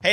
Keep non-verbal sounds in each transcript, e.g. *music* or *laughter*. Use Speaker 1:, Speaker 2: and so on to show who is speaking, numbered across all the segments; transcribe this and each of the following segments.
Speaker 1: Hey,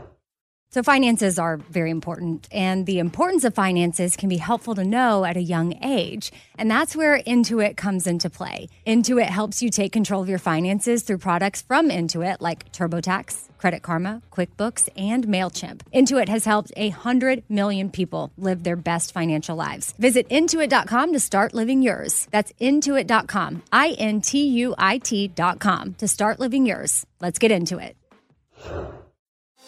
Speaker 2: So, finances are very important, and the importance of finances can be helpful to know at a young age. And that's where Intuit comes into play. Intuit helps you take control of your finances through products from Intuit, like TurboTax, Credit Karma, QuickBooks, and MailChimp. Intuit has helped 100 million people live their best financial lives. Visit intuit.com to start living yours. That's intuit.com, I N T U I T.com, to start living yours. Let's get into it.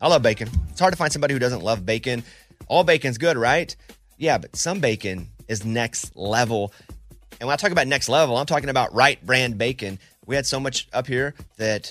Speaker 1: I love bacon. It's hard to find somebody who doesn't love bacon. All bacon's good, right? Yeah, but some bacon is next level. And when I talk about next level, I'm talking about right brand bacon. We had so much up here that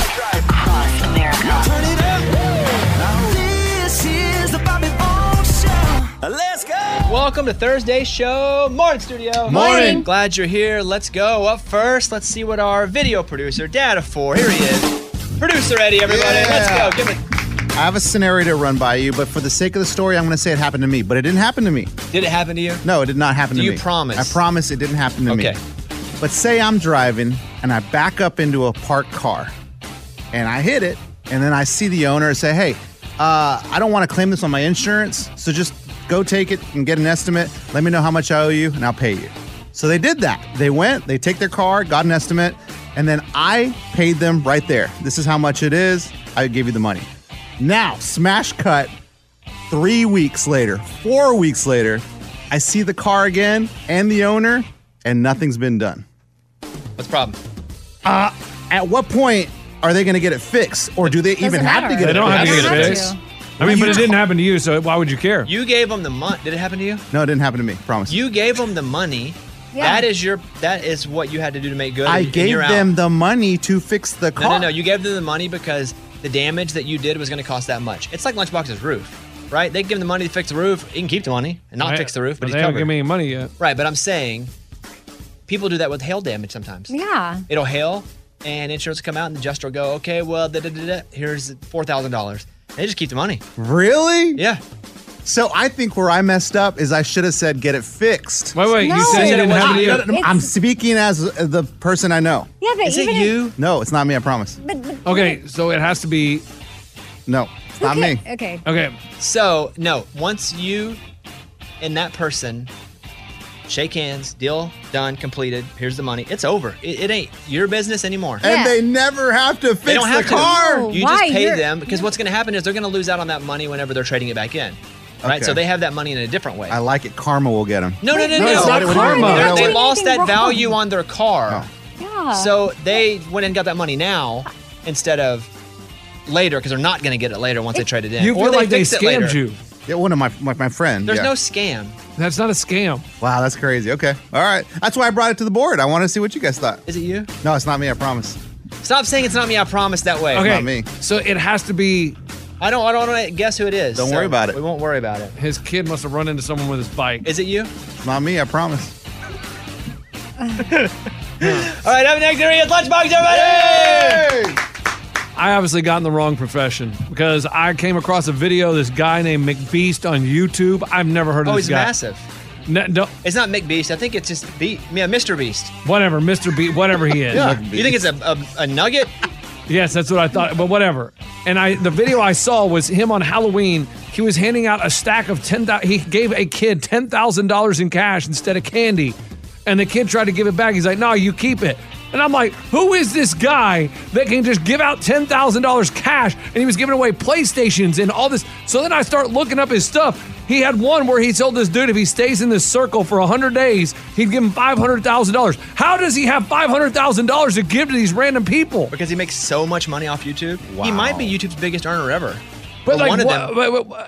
Speaker 3: across America.
Speaker 4: Turn it up. This is the Bobby Bones Show. Let's go.
Speaker 1: Welcome to Thursday's show. Morning, studio.
Speaker 2: Morning.
Speaker 1: Glad you're here. Let's go. Up first, let's see what our video producer, dad of four, here he is. Producer Eddie, everybody. Let's
Speaker 5: Yeah.
Speaker 1: go. Give it.
Speaker 5: I have a scenario to run by you, but for the sake of the story, I'm going to say it happened to me. But it didn't happen to me.
Speaker 1: Did it happen to you?
Speaker 5: No, it did not happen
Speaker 1: Do
Speaker 5: to
Speaker 1: you
Speaker 5: me.
Speaker 1: promise?
Speaker 5: I promise it didn't happen to me.
Speaker 1: Okay.
Speaker 5: But say I'm driving and I back up into a parked car and I hit it, and then I see the owner and say, hey, uh, I don't want to claim this on my insurance, so just go take it and get an estimate. Let me know how much I owe you, and I'll pay you. So they did that. They went, they take their car, got an estimate, and then I paid them right there. This is how much it is. I gave you the money. Now, smash cut three weeks later, four weeks later, I see the car again and the owner, and nothing's been done.
Speaker 1: What's the problem?
Speaker 5: Uh, At what point are they going to get it fixed, or do they even
Speaker 2: Doesn't
Speaker 5: have to
Speaker 2: matter.
Speaker 5: get
Speaker 6: They
Speaker 5: it
Speaker 6: don't have to
Speaker 5: fixed?
Speaker 6: get
Speaker 2: They
Speaker 6: it
Speaker 2: don't
Speaker 6: fixed.
Speaker 2: have
Speaker 6: I mean, but it didn't happen to you, so why would you care?
Speaker 1: You gave him the money. Did it happen to you?
Speaker 5: No, it didn't happen to me. Promise.
Speaker 1: You gave them the money.
Speaker 2: Yeah.
Speaker 1: That is your. That is what you had to do to make good.
Speaker 5: I
Speaker 1: and
Speaker 5: gave
Speaker 1: you're out.
Speaker 5: them the money to fix the car.
Speaker 1: No, no, no. You gave them the money because the damage that you did was going to cost that much. It's like Lunchbox's roof, right? They give him the money to fix the roof. He can keep the money and not
Speaker 6: I-
Speaker 1: fix the roof, but, he's
Speaker 6: they haven't
Speaker 1: covered.
Speaker 6: given me any money uh, yet.
Speaker 1: right, but I'm saying people do that with hail damage sometimes.
Speaker 2: Yeah.
Speaker 1: It'll hail, and insurance will come out, and the adjuster will go, okay, well, da, da, da, da, here's four thousand dollars. They just keep the money.
Speaker 5: Really?
Speaker 1: Yeah.
Speaker 5: So I think where I messed up is I should have said get it fixed.
Speaker 6: Wait, wait.
Speaker 2: No.
Speaker 6: You said
Speaker 2: Said
Speaker 6: it
Speaker 2: it
Speaker 6: didn't
Speaker 1: wasn't
Speaker 6: happen to you.
Speaker 1: you.
Speaker 5: No, no, no, I'm
Speaker 2: It's-
Speaker 5: speaking as the person I know.
Speaker 2: Yeah, but
Speaker 1: Is it
Speaker 2: even if-
Speaker 1: you?
Speaker 5: No, it's not me. I promise.
Speaker 2: But, but
Speaker 6: Okay, so it has to be.
Speaker 5: No, it's not
Speaker 2: okay,
Speaker 5: me.
Speaker 2: Okay.
Speaker 6: Okay,
Speaker 1: So no, once you and that person shake hands, deal done, completed. Here's the money. It's over. It, it ain't your business anymore.
Speaker 2: Yeah.
Speaker 5: And they never have to fix
Speaker 1: They don't
Speaker 5: the
Speaker 1: have to.
Speaker 5: car.
Speaker 2: No.
Speaker 1: You
Speaker 2: Oh, Why?
Speaker 1: just pay
Speaker 2: You're-
Speaker 1: them because what's going to happen is they're going to lose out on that money whenever they're trading it back in, right?
Speaker 5: Okay.
Speaker 1: So they have that money in a different way.
Speaker 5: I like it. Karma will get him.
Speaker 1: no, no, no,
Speaker 2: No,
Speaker 1: no.
Speaker 2: it's not
Speaker 1: They're-
Speaker 2: karma.
Speaker 1: they're-
Speaker 5: They
Speaker 1: They
Speaker 5: don't
Speaker 1: lost
Speaker 2: do
Speaker 1: that
Speaker 2: anything wrong.
Speaker 1: value on their car,
Speaker 2: Yeah.
Speaker 1: so they went and got that money now instead of later because they're not going to get it later once they trade it in.
Speaker 6: you
Speaker 1: or
Speaker 6: feel
Speaker 1: they
Speaker 6: like they
Speaker 1: fix it
Speaker 6: scammed
Speaker 1: later.
Speaker 6: you.
Speaker 5: Yeah, one of my my, my friend.
Speaker 1: There's
Speaker 5: yeah.
Speaker 1: no scam.
Speaker 6: That's not a scam.
Speaker 5: Wow, that's crazy. Okay, all right. That's why I brought it to the board. I want to see what you guys thought.
Speaker 1: Is it you?
Speaker 5: No, it's not me. I promise.
Speaker 1: Stop saying it's not me. I promise that way.
Speaker 6: Okay,
Speaker 5: not me.
Speaker 1: *laughs*
Speaker 6: so it has to be.
Speaker 1: I don't. I don't want to guess who it is.
Speaker 5: Don't
Speaker 1: so
Speaker 5: worry about it.
Speaker 1: We won't worry about it.
Speaker 6: His kid must have run into someone with his bike.
Speaker 1: Is it you?
Speaker 5: It's not me. I promise.
Speaker 1: All right. Up next, here he is. Lunchbox, everybody.
Speaker 6: I obviously got in the wrong profession because I came across a video of this guy named McBeast on YouTube. I've never heard of
Speaker 1: Oh,
Speaker 6: this
Speaker 1: he's
Speaker 6: guy.
Speaker 1: massive.
Speaker 6: n- no,
Speaker 1: It's not Mick Beast. I think it's just Beast. Yeah, Mr. Beast.
Speaker 6: whatever, Mr. B, whatever he is.
Speaker 5: Yeah.
Speaker 1: You think it's a, a, a nugget?
Speaker 6: Yes, that's what I thought, but whatever. And I, the video I saw was him on Halloween. He was handing out a stack of ten thousand. He gave a kid ten thousand dollars in cash instead of candy, and the kid tried to give it back. He's like, "No, you keep it." And I'm like, "Who is this guy that can just give out ten thousand dollars cash?" And he was giving away PlayStations and all this. So then I start looking up his stuff. He had one where he told this dude if he stays in this circle for 100 days, he'd give him $500,000. How does he have $500,000 to give to these random people?
Speaker 1: Because he makes so much money off YouTube. He might be YouTube's biggest earner ever.
Speaker 6: But like,
Speaker 1: one of
Speaker 6: wha-
Speaker 1: them.
Speaker 6: wha- wha-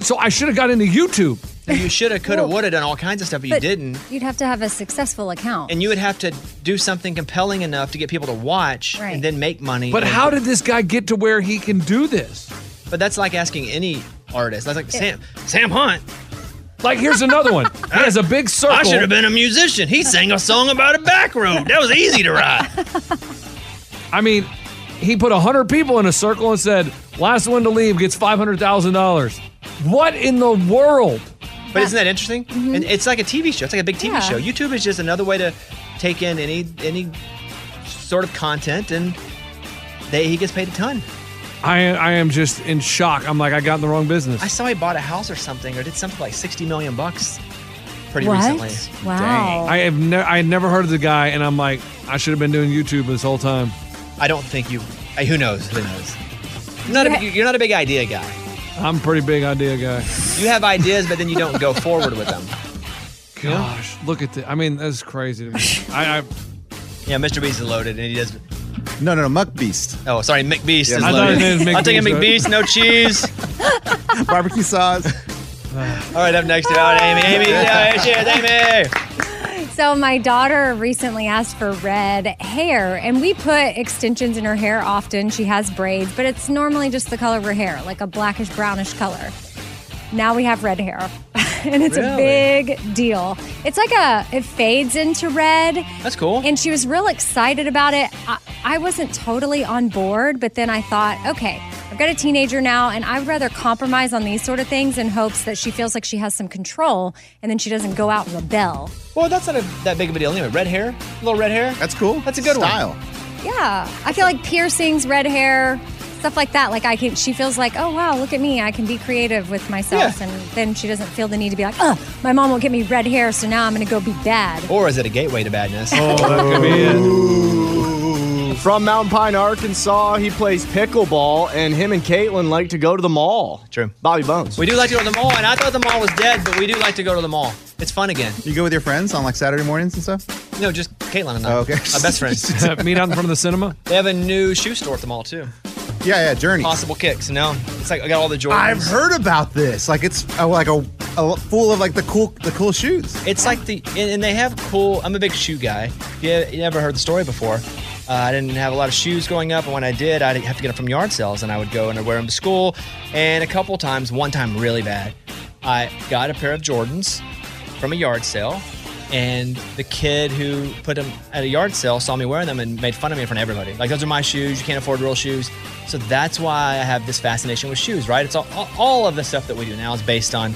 Speaker 6: so I should have got into YouTube.
Speaker 1: You should have, could have, would have done all kinds of stuff, but you
Speaker 2: But
Speaker 1: didn't.
Speaker 2: You'd have to have a successful account.
Speaker 1: And you would have to do something compelling enough to get people to watch
Speaker 2: Right.
Speaker 1: and then make money.
Speaker 6: But
Speaker 1: And-
Speaker 6: how did this guy get to where he can do this?
Speaker 1: But that's like asking any artist. That's like Sam Sam Hunt.
Speaker 6: Like, here's another one. He has a big circle.
Speaker 1: I should have been a musician. He sang a song about a back road. That was easy to ride.
Speaker 6: I mean, he put 100 people in a circle and said, last one to leave gets $500,000. What in the world?
Speaker 1: But isn't that interesting? And it's like a TV show. It's like a big TV
Speaker 2: Yeah.
Speaker 1: show. YouTube is just another way to take in any any sort of content, and they he gets paid a ton.
Speaker 6: I, I am just in shock. I'm like, I got in the wrong business.
Speaker 1: I saw he bought a house or something, or did something like sixty million bucks pretty recently.
Speaker 2: what? Wow.
Speaker 6: I have ne- I had never heard of the guy, and I'm like, I should have been doing YouTube this whole time.
Speaker 1: I don't think you. I, who knows? Who knows? You're not, a, you're not a big idea guy.
Speaker 6: I'm a pretty big idea guy.
Speaker 1: You have ideas, but then you don't go forward with them.
Speaker 6: Gosh, look at that. I mean, that's crazy to me.
Speaker 2: *laughs*
Speaker 6: I, I
Speaker 1: Yeah, Mr. Beast is loaded, and he does.
Speaker 5: No, no, no, Muck Beast.
Speaker 1: Oh, sorry, McBeast is
Speaker 6: I thought
Speaker 1: loaded. *laughs*
Speaker 6: his name was
Speaker 1: I'll take a
Speaker 6: McBeast,
Speaker 1: McBeast, no cheese. *laughs*
Speaker 5: *laughs* Barbecue sauce.
Speaker 1: All right, up next, out Amy. Amy,
Speaker 6: *laughs*
Speaker 1: yeah, cheers, Amy.
Speaker 2: So my daughter recently asked for red hair, and we put extensions in her hair often. She has braids, but it's normally just the color of her hair, like a blackish brownish color. Now we have red hair, *laughs* and it's a
Speaker 1: Really?
Speaker 2: big deal. It's like a it fades into red.
Speaker 1: That's cool.
Speaker 2: And she was real excited about it. I, I wasn't totally on board, but then I thought, okay, I've got a teenager now, and I'd rather compromise on these sort of things in hopes that she feels like she has some control, and then she doesn't go out and rebel.
Speaker 1: Well, that's not a, that big of a deal anyway. Red hair, little red hair.
Speaker 5: That's cool.
Speaker 1: That's a good
Speaker 5: Style.
Speaker 1: one.
Speaker 2: Yeah, I feel like piercings, red hair, stuff like that. Like I can, she feels like, oh wow, look at me, I can be creative with myself,
Speaker 1: Yeah.
Speaker 2: and then she doesn't feel the need to be like, oh, my mom won't get me red hair, so now I'm gonna go be
Speaker 1: *laughs*
Speaker 2: bad.
Speaker 1: Or is it a gateway to badness?
Speaker 5: Oh,
Speaker 7: From Mountain Pine, Arkansas, he plays pickleball, and him and Caitlin like to go to the mall.
Speaker 1: True.
Speaker 7: Bobby Bones.
Speaker 1: We do like to go to the mall, and I thought the mall was dead, but we do like to go to the mall. It's fun again.
Speaker 5: You go with your friends on like Saturday mornings and stuff?
Speaker 1: No, just Caitlin and I.
Speaker 5: Oh, okay.
Speaker 1: My best friends.
Speaker 7: *laughs*
Speaker 6: meet out in front of the cinema.
Speaker 1: They have a new shoe store at the mall, too.
Speaker 5: Yeah, yeah, Journey.
Speaker 1: Possible kicks, you know? It's like I got all the Jordans.
Speaker 5: I've heard about this. Like it's uh, like a, a full of like the cool the cool shoes.
Speaker 1: It's like the, and, and they have cool, I'm a big shoe guy. You, you never heard the story before. Uh, I didn't have a lot of shoes growing up, and when I did, I'd have to get them from yard sales, and I would go and I'd wear them to school. And a couple times, one time really bad, I got a pair of Jordans from a yard sale, and the kid who put them at a yard sale saw me wearing them and made fun of me in front of everybody. Like, those are my shoes, you can't afford real shoes. So that's why I have this fascination with shoes, right? It's all, all- all of the stuff that we do now is based on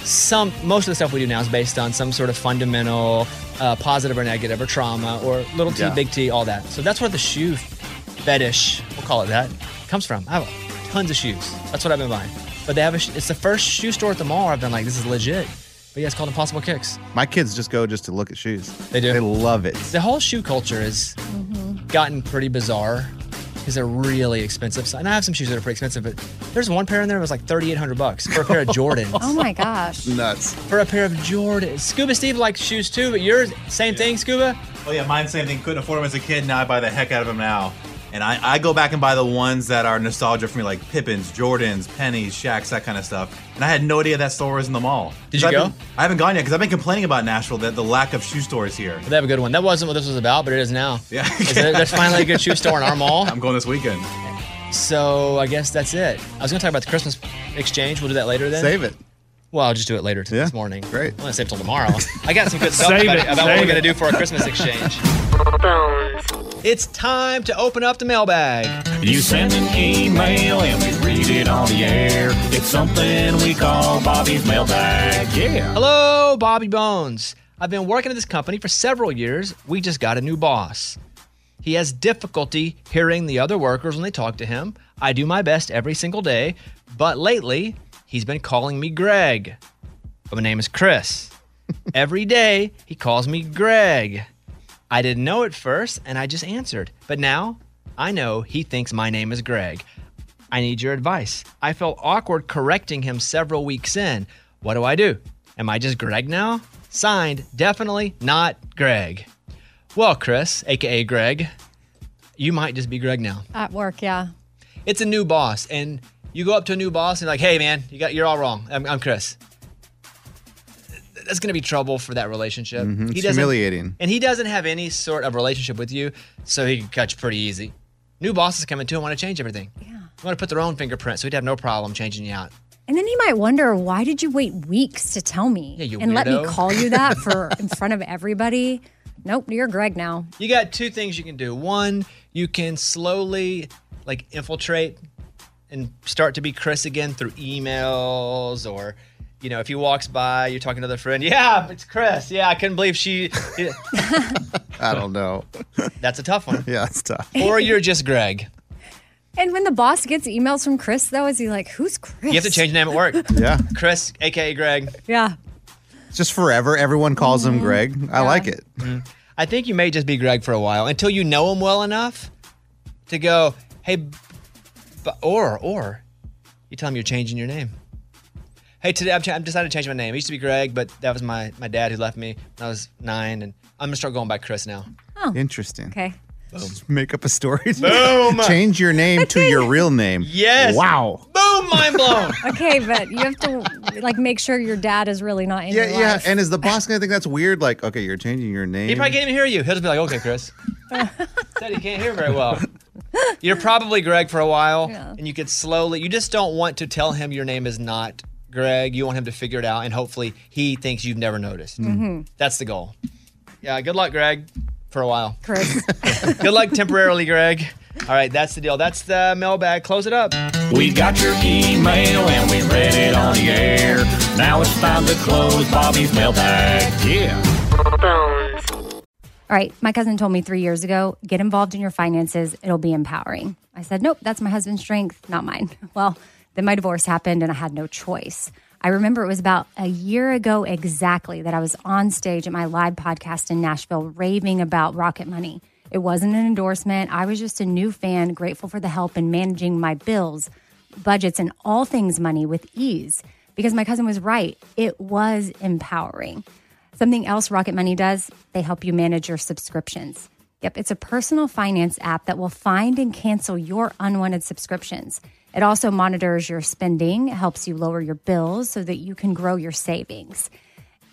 Speaker 1: some most of the stuff we do now is based on some sort of fundamental uh, positive or negative or trauma or little t
Speaker 5: Yeah.
Speaker 1: big t all that so that's where the shoe fetish we'll call it that comes from i have tons of shoes that's what i've been buying but they have a, sh- it's the first shoe store at the mall i've been like this is legit but yeah it's called impossible kicks
Speaker 5: My kids just go just to look at shoes.
Speaker 1: They do.
Speaker 5: They love it.
Speaker 1: the whole shoe culture has gotten pretty bizarre because they're really expensive So- and i have some shoes that are pretty expensive but there's one pair in there that was like 3800 bucks for a pair of jordans
Speaker 2: Oh my gosh.
Speaker 5: Nuts.
Speaker 1: for a pair of Jordans. Scuba Steve likes shoes too, but yours, same thing, Scuba?
Speaker 8: Oh yeah, mine same thing. Couldn't afford them as a kid. Now I buy the heck out of them now. And I, I go back and buy the ones that are nostalgia for me, like Pippins, Jordans, Pennies, Shacks, that kind of stuff. And I had no idea that store was in the mall.
Speaker 1: Did
Speaker 8: 'Cause
Speaker 1: you
Speaker 8: I've
Speaker 1: go?
Speaker 8: been- I haven't gone yet because I've been complaining about Nashville that the lack of shoe stores here.
Speaker 1: They have a good one. That wasn't what this was about, but it is now.
Speaker 8: Yeah.
Speaker 1: Is there- There's finally a good shoe store in our *laughs* mall.
Speaker 8: I'm going this weekend.
Speaker 1: So I guess that's it. I was going to talk about the Christmas exchange. We'll do that later then.
Speaker 5: Save it.
Speaker 1: Well, I'll just do it later t-
Speaker 5: Yeah,
Speaker 1: this morning.
Speaker 5: great.
Speaker 1: I'm going to save till tomorrow. I got some good stuff
Speaker 6: Save
Speaker 1: about,
Speaker 6: it,
Speaker 1: about what
Speaker 6: save
Speaker 1: we're going
Speaker 6: it.
Speaker 1: to do for our Christmas exchange.
Speaker 3: Bones.
Speaker 1: It's time to open up the mailbag.
Speaker 9: You send an email and we read it on the air. It's something we call Bobby's mailbag. Yeah.
Speaker 1: Hello, Bobby Bones. I've been working at this company for several years. We just got a new boss. He has difficulty hearing the other workers when they talk to him. I do my best every single day, but lately he's been calling me Greg. But my name is Chris. every day he calls me Greg. I didn't know at first and I just answered, but now I know he thinks my name is Greg. I need your advice. I felt awkward correcting him several weeks in. What do I do? Am I just Greg now? Signed, definitely not Greg. Well, Chris, aka Greg, you might just be Greg now.
Speaker 2: At work, yeah.
Speaker 1: It's a new boss, and you go up to a new boss and you're like, "Hey, man, you got you're all wrong. I'm, I'm Chris." That's gonna be trouble for that relationship.
Speaker 5: Mhm, it's
Speaker 1: doesn't-
Speaker 5: humiliating.
Speaker 1: and he doesn't have any sort of relationship with you, so he can catch pretty easy. New bosses coming too and want to change everything. Yeah. Want to put their own fingerprint, so he'd have no problem changing you out.
Speaker 2: And then he might wonder, why did you wait weeks to tell me?
Speaker 1: Yeah, you
Speaker 2: and let me
Speaker 1: weirdo.
Speaker 2: call you
Speaker 1: *laughs*
Speaker 2: that for in front of everybody. Nope, you're Greg now.
Speaker 1: You got two things you can do. One, you can slowly like infiltrate and start to be Chris again through emails or you know, if he walks by, you're talking to the friend. Yeah, it's Chris. Yeah, I couldn't believe she.
Speaker 5: I don't know.
Speaker 1: *laughs* That's a tough one.
Speaker 5: *laughs* yeah, it's tough.
Speaker 1: Or you're just Greg.
Speaker 2: And when the boss gets emails from Chris, though, is he like, who's Chris?
Speaker 1: You have to change the name at work.
Speaker 5: Yeah.
Speaker 1: Chris, aka Greg.
Speaker 2: Yeah.
Speaker 5: It's just forever. Everyone calls
Speaker 2: Mm-hmm.
Speaker 5: him Greg. I like it.
Speaker 1: I think you may just be Greg for a while until you know him well enough to go, hey, b- or or you tell him you're changing your name. Hey, today I'm, ch- I'm decided to change my name. It used to be Greg, but that was my my dad who left me when I was nine, and I'm gonna start going by Chris now.
Speaker 5: Interesting.
Speaker 2: Oh. Okay.
Speaker 5: Just make up a story.
Speaker 1: Boom.
Speaker 5: *laughs* Change your name to your real name.
Speaker 1: Yes.
Speaker 5: Wow.
Speaker 1: Boom! Mind blown.
Speaker 2: *laughs* Okay, but you have to like make sure your dad is really not in
Speaker 5: Yeah,
Speaker 2: your
Speaker 5: yeah.
Speaker 2: life.
Speaker 5: And is the boss gonna think that's weird? Like, okay, you're changing your name.
Speaker 1: He probably can't even hear you. He'll just be like, okay, Chris. Said he can't hear very well. You're probably Greg for a while,
Speaker 2: Yeah.
Speaker 1: and you could slowly. You just don't want to tell him your name is not Greg. You want him to figure it out, and hopefully, he thinks you've never noticed.
Speaker 10: Mm-hmm.
Speaker 1: That's the goal. Yeah. Good luck, Greg, for a while.
Speaker 2: Chris.
Speaker 1: *laughs* Good luck temporarily, Greg. All right, that's the deal. That's the mailbag. Close it up.
Speaker 9: We got your email and we read it on the air. Now it's time to close Bobby's mailbag. Yeah.
Speaker 2: All right, my cousin told me three years ago, get involved in your finances, it'll be empowering. I said, nope, that's my husband's strength, not mine. *laughs* Well, then my divorce happened and I had no choice. I remember it was about a year ago exactly that I was on stage at my live podcast in Nashville raving about Rocket Money. It wasn't an endorsement. I was just a new fan, grateful for the help in managing my bills, budgets, and all things money with ease because my cousin was right. It was empowering. Something else Rocket Money does, they help you manage your subscriptions. Yep, it's a personal finance app that will find and cancel your unwanted subscriptions. It also monitors your spending, helps you lower your bills so that you can grow your savings.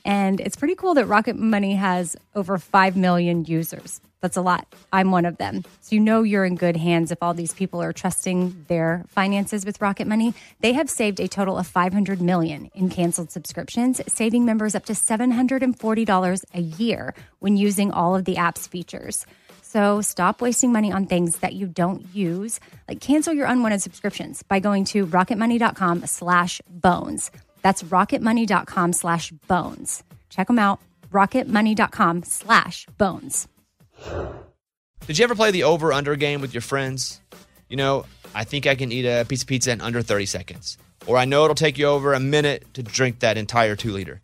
Speaker 2: And it's pretty cool that Rocket Money has over 5 million users. That's a lot. I'm one of them. So you know you're in good hands if all these people are trusting their finances with Rocket Money. They have saved a total of 500 million in canceled subscriptions, saving members up to $740 a year when using all of the app's features. So stop wasting money on things that you don't use. Like cancel your unwanted subscriptions by going to rocketmoney.com slash bones. That's rocketmoney.com slash bones. Check them out. Rocketmoney.com slash bones.
Speaker 1: Did you ever play the over under game with your friends? You know, I think I can eat a piece of pizza in under 30 seconds. Or I know it'll take you over a minute to drink that entire two liter.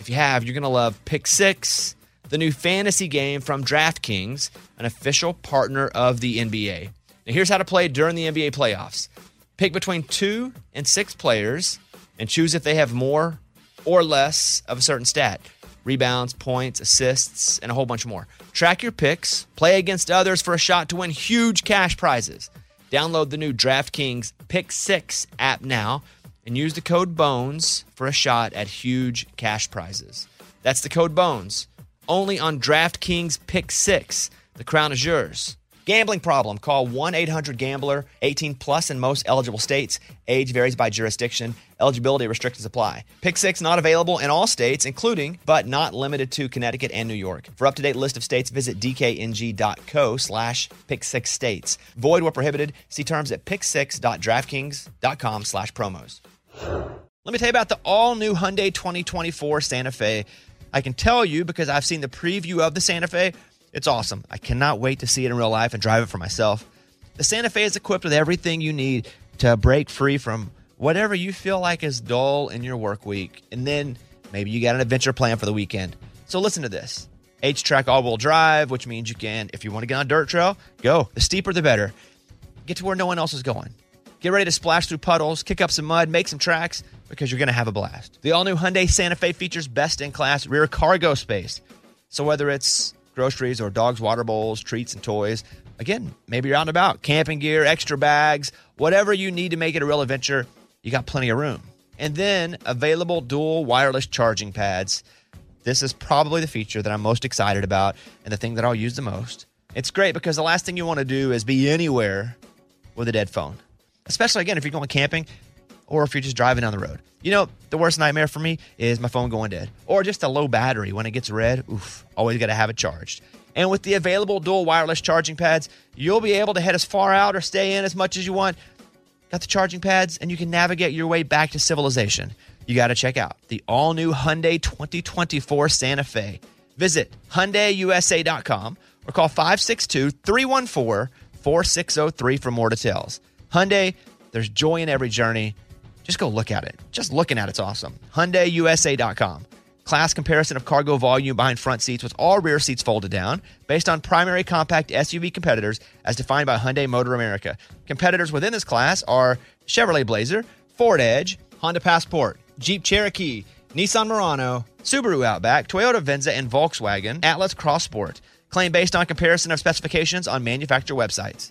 Speaker 1: If you have, you're going to love Pick Six, the new fantasy game from DraftKings, an official partner of the NBA. Now, here's how to play during the NBA playoffs pick between two and six players and choose if they have more or less of a certain stat rebounds, points, assists, and a whole bunch more. Track your picks, play against others for a shot to win huge cash prizes. Download the new DraftKings Pick 6 app now and use the code BONES for a shot at huge cash prizes. That's the code BONES. Only on DraftKings Pick 6. The crown is yours. Gambling problem. Call 1 800 Gambler, 18 plus in most eligible states. Age varies by jurisdiction. Eligibility restrictions apply. Pick six not available in all states, including but not limited to Connecticut and New York. For up to date list of states, visit dkng.co slash pick six states. Void where prohibited. See terms at picksix.draftkings.com slash promos. Let me tell you about the all new Hyundai 2024 Santa Fe. I can tell you because I've seen the preview of the Santa Fe. It's awesome. I cannot wait to see it in real life and drive it for myself. The Santa Fe is equipped with everything you need to break free from whatever you feel like is dull in your work week. And then maybe you got an adventure plan for the weekend. So listen to this. H track all wheel drive, which means you can, if you want to get on a dirt trail, go. The steeper, the better. Get to where no one else is going. Get ready to splash through puddles, kick up some mud, make some tracks, because you're going to have a blast. The all new Hyundai Santa Fe features best in class rear cargo space. So whether it's groceries or dogs' water bowls, treats, and toys, again, maybe you're out and about, camping gear, extra bags, whatever you need to make it a real adventure, you got plenty of room. And then available dual wireless charging pads. This is probably the feature that I'm most excited about and the thing that I'll use the most. It's great because the last thing you want to do is be anywhere with a dead phone, especially again if you're going camping or if you're just driving down the road. You know, the worst nightmare for me is my phone going dead or just a low battery when it gets red. Oof, always got to have it charged. And with the available dual wireless charging pads, you'll be able to head as far out or stay in as much as you want. Got the charging pads and you can navigate your way back to civilization. You got to check out the all new Hyundai 2024 Santa Fe. Visit HyundaiUSA.com or call 562 314 4603 for more details. Hyundai, there's joy in every journey. Just go look at it. Just looking at it's awesome. HyundaiUSA.com. Class comparison of cargo volume behind front seats with all rear seats folded down based on primary compact SUV competitors as defined by Hyundai Motor America. Competitors within this class are Chevrolet Blazer, Ford Edge, Honda Passport, Jeep Cherokee, Nissan Murano, Subaru Outback, Toyota Venza, and Volkswagen Atlas Crossport. Claim based on comparison of specifications on manufacturer websites.